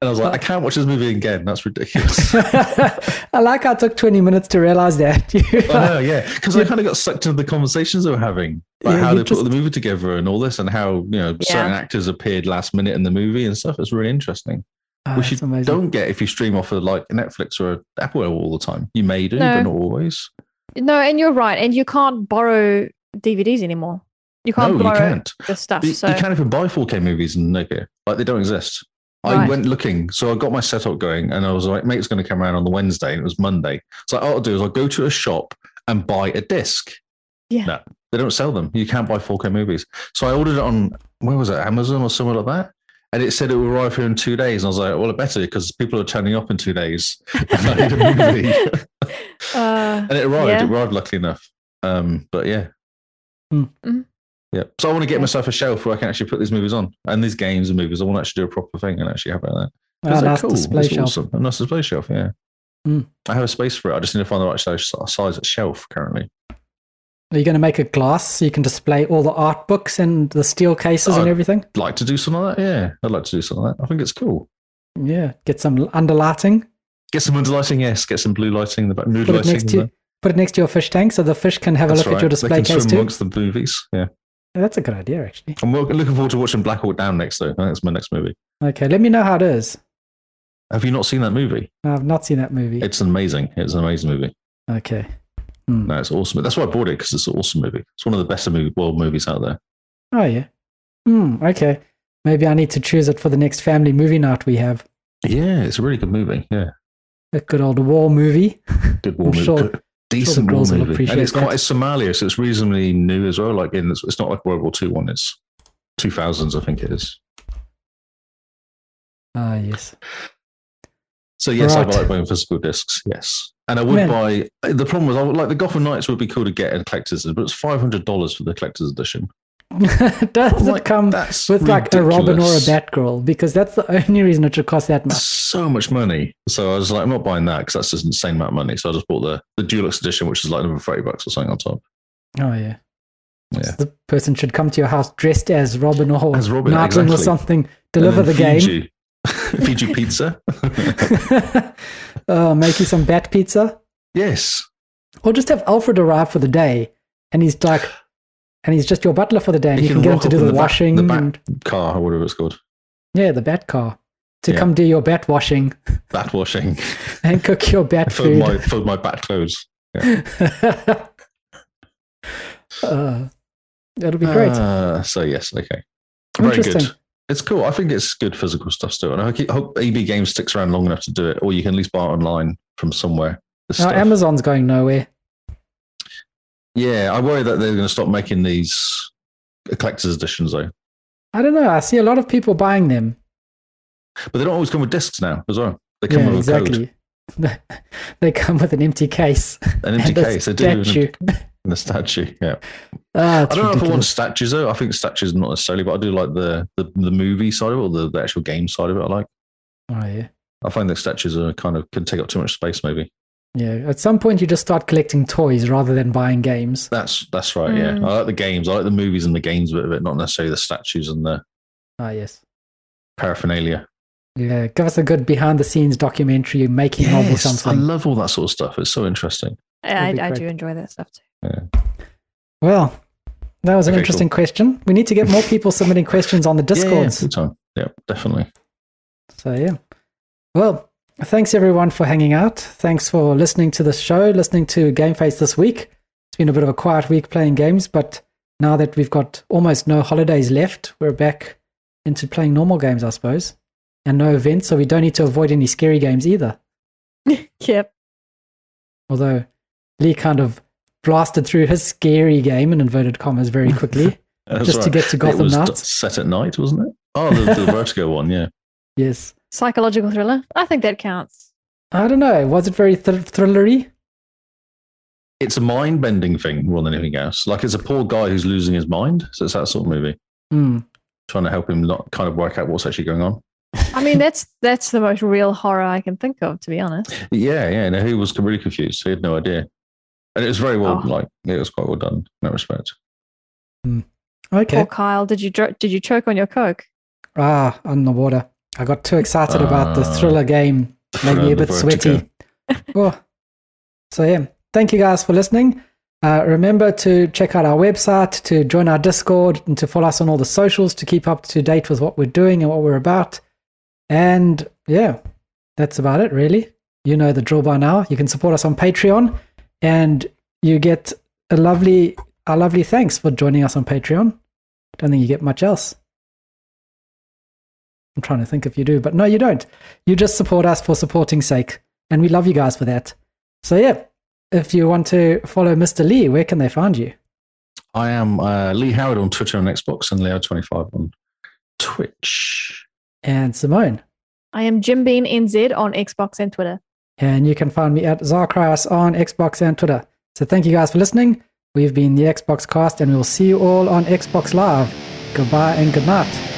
D: And I was like, I can't watch this movie again. That's ridiculous.
B: I like how it took 20 minutes to realize that.
D: I know, yeah, because I
B: Yeah.
D: kind of got sucked into the conversations they were having, like
B: Yeah,
D: how
B: you
D: they
B: just-
D: put the movie together and all this, and how you know
C: Yeah.
D: certain actors appeared last minute in the movie and stuff. It's really interesting,
B: Oh,
D: which
B: that's
D: you
B: amazing.
D: don't get if you stream off of like Netflix or Apple all the time. You may do, but
C: No.
D: not always.
C: no, and you're right. And you can't borrow DVDs anymore. You can't
D: no, you
C: borrow
D: can't.
C: the stuff.
D: But you-
C: so,
D: you can't even buy 4K movies in Nokia. Like they don't exist. I
C: Right.
D: went looking, so I got my setup going, and I was like, "Mate's going to come around on the Wednesday," and it was Monday. So all I'll do is I'll go to a shop and buy a disc.
C: Yeah.
D: No, they don't sell them. You can't buy 4K movies. So I ordered it on where was it, Amazon or somewhere like that, and it said it would arrive here in two days. And I was like, "Well, it better because people are turning up in two days." And I need a movie.
C: uh,
D: And it arrived.
C: Yeah.
D: It arrived luckily enough. Um, but yeah.
B: Hmm.
C: Mhm.
D: Yeah. So I want to get
C: Okay.
D: myself a shelf where I can actually put these movies on and these games and movies. I want to actually do a proper thing and actually have it there.
B: Oh,
D: Because they're
B: nice display
D: it's
B: shelf.
D: awesome. A nice display shelf, yeah.
B: Hmm.
D: I have a space for it. I just need to find the right size, size of shelf currently.
B: Are you going to make a glass so you can display all the art books and the steel cases and
D: Oh.
B: everything?
D: I'd like to do some of that, yeah. I'd like to do some of that. I think it's cool.
B: Yeah, get some underlighting.
D: Get some under lighting, yes. Get some blue lighting, in the back, mood
B: Put it
D: lighting.
B: next
D: in
B: to put it next to your fish tank so the fish can have
D: the-
B: a
D: That's
B: look at your
D: right. They
B: display
D: can
B: case
D: swim
B: too.
D: amongst the movies. Yeah,
B: That's a good idea, actually.
D: I'm wel- looking forward to watching Black Hawk Down next, though. I think That's my next movie.
B: Okay, let me know how it is.
D: Have you not seen that movie?
B: No, I've not seen that movie.
D: It's amazing. It's an amazing movie.
B: okay. Hmm.
D: No, it's awesome. That's why I bought it because it's an awesome movie. It's one of the best movie, world movies out there.
B: Oh yeah. Hmm. Okay. Maybe I need to choose it for the next family movie night we have.
D: Yeah, it's a really good movie. Yeah,
B: A good old war movie.
D: good war
B: I'm
D: movie.
B: sure-
D: Good- decent war
B: girls will
D: movie. And
B: appreciate
D: it's
B: that.
D: quite it's Somalia, so it's reasonably new as well. Like in it's, it's not like World War Two one. It's two thousands, I think it is.
B: Ah, yes.
D: So yes,
B: Right.
D: I like buying physical discs. Yes, and I would
B: Man.
D: buy. The problem was, I would, like the Gotham Knights would be cool to get in collectors, but it's five hundred dollars for the collector's edition.
B: Does
D: Like,
B: it come
D: that's
B: with like a Robin or a
D: ridiculous.
B: Batgirl? Because that's the only reason it should cost that much.
D: So much money. So I was like, I'm not buying that because that's just an insane amount of money. So I just bought the the deluxe edition, which is like another thirty bucks or something on top.
B: Oh yeah.
D: Yeah.
B: So the person should come to your house dressed as Robin or
D: As Robin,
B: Nightwing or
D: exactly.
B: something. Deliver the game.
D: game. Fiji pizza.
B: uh, make you some bat pizza,
D: yes.
B: or just have Alfred arrive for the day, and he's like, and he's just your butler for the day, and
D: He
B: you can,
D: can
B: get him
D: rock
B: to
D: up
B: do
D: with
B: the,
D: the bat-
B: washing
D: the bat-
B: and
D: Car or whatever it's called.
B: yeah, the bat car to
D: Yeah.
B: come do your bat washing
D: Bat washing
B: and cook your bat
D: for
B: food.
D: my for my bat clothes.
B: uh, that'll be great.
D: Uh, so yes, okay. Very
B: Interesting.
D: good. It's cool. I think it's good physical stuff still, and I keep, hope EB Games sticks around long enough to do it, or you can at least buy it online from somewhere. this
B: Now,
D: stuff.
B: Amazon's going nowhere.
D: yeah, I worry that they're going to stop making these collector's editions though,
B: I don't know. I see a lot of people buying them.
D: but they don't always come with discs now as well. They come with a
B: they come with an empty case
D: code, an empty
B: and a
D: case. They do an
B: statue.
D: and a statue. Yeah,
B: Ah,
D: I
B: it's
D: don't know if I want
B: ridiculous.
D: statues though. I think statues not necessarily, but I do like the the, the movie side of it or the, the actual game side of it. I like.
B: Oh yeah,
D: I find that statues are kind of can take up too much space. Maybe
B: yeah. At some point, you just start collecting toys rather than buying games.
D: that's that's right.
C: Mm.
D: Yeah, I like the games. I like the movies and the games bit of it, not necessarily the statues and the
B: Ah yes,
D: paraphernalia.
B: yeah. Give us a good behind-the-scenes documentary making of or
D: I
B: something.
D: love all that sort of stuff. It's so interesting.
C: I,
B: That'd be
C: I
B: great.
C: do enjoy that stuff too.
B: Well, that was an
D: Okay,
B: interesting question. We need to get more people submitting questions on the
D: Yeah, yeah,
B: Discords.
D: good time. Yeah, definitely.
B: So yeah. Well, thanks everyone for hanging out. Thanks for listening to this show, listening to Game Face this week. It's been a bit of a quiet week playing games, but now that we've got almost no holidays left, we're back into playing normal games, I suppose. And no events, so we don't need to avoid any scary games either.
C: Yep.
B: Although Lee kind of blasted through his scary game in inverted commas very quickly.
D: That's
B: Just to get to Gotham
D: It was
B: Knights.
D: d- set at night, wasn't it? Oh, the, the Vertigo one. Yeah,
B: yes.
C: Psychological thriller. I think that counts.
B: I don't know. Was it very thr- thrillery?
D: it's a mind bending thing more than anything else. Like it's a poor guy who's losing his mind. So it's that sort of movie,
B: Hmm.
D: trying to help him not kind of work out what's actually going on.
C: I mean, that's that's the most real horror I can think of, to be honest.
D: Yeah, yeah. No, he was really confused. He had no idea, and it was very well.
C: Oh.
D: Like it was quite well done in that respect.
B: Okay.
C: Or Kyle, did you dro- did you choke on your coke?
B: Ah, on the water. I got too excited about the
D: Ah.
B: thriller game. Made me a
D: Fernando
B: bit
D: Vertigo.
B: sweaty. Oh. So, yeah. Thank you guys for listening. Uh, remember to check out our website, to join our Discord, and to follow us on all the socials to keep up to date with what we're doing and what we're about. And yeah, that's about it, really. You know the drill by now. You can support us on Patreon, and you get a lovely, a lovely thanks for joining us on Patreon. Don't think you get much else. I'm trying to think if you do, but no, you don't. You just support us for supporting sake, and we love you guys for that. So yeah, if you want to follow Mr. Lee, where can they find you?
D: I am uh, Lee Howard on Twitter and Xbox, and Leo25 on Twitch.
B: And Simone,
C: I am Jim Bean NZ on Xbox and Twitter.
B: and you can find me at Zarkras on Xbox and Twitter. So thank you guys for listening. We've been the Xbox Cast, and we'll see you all on Xbox Live. Goodbye and good night.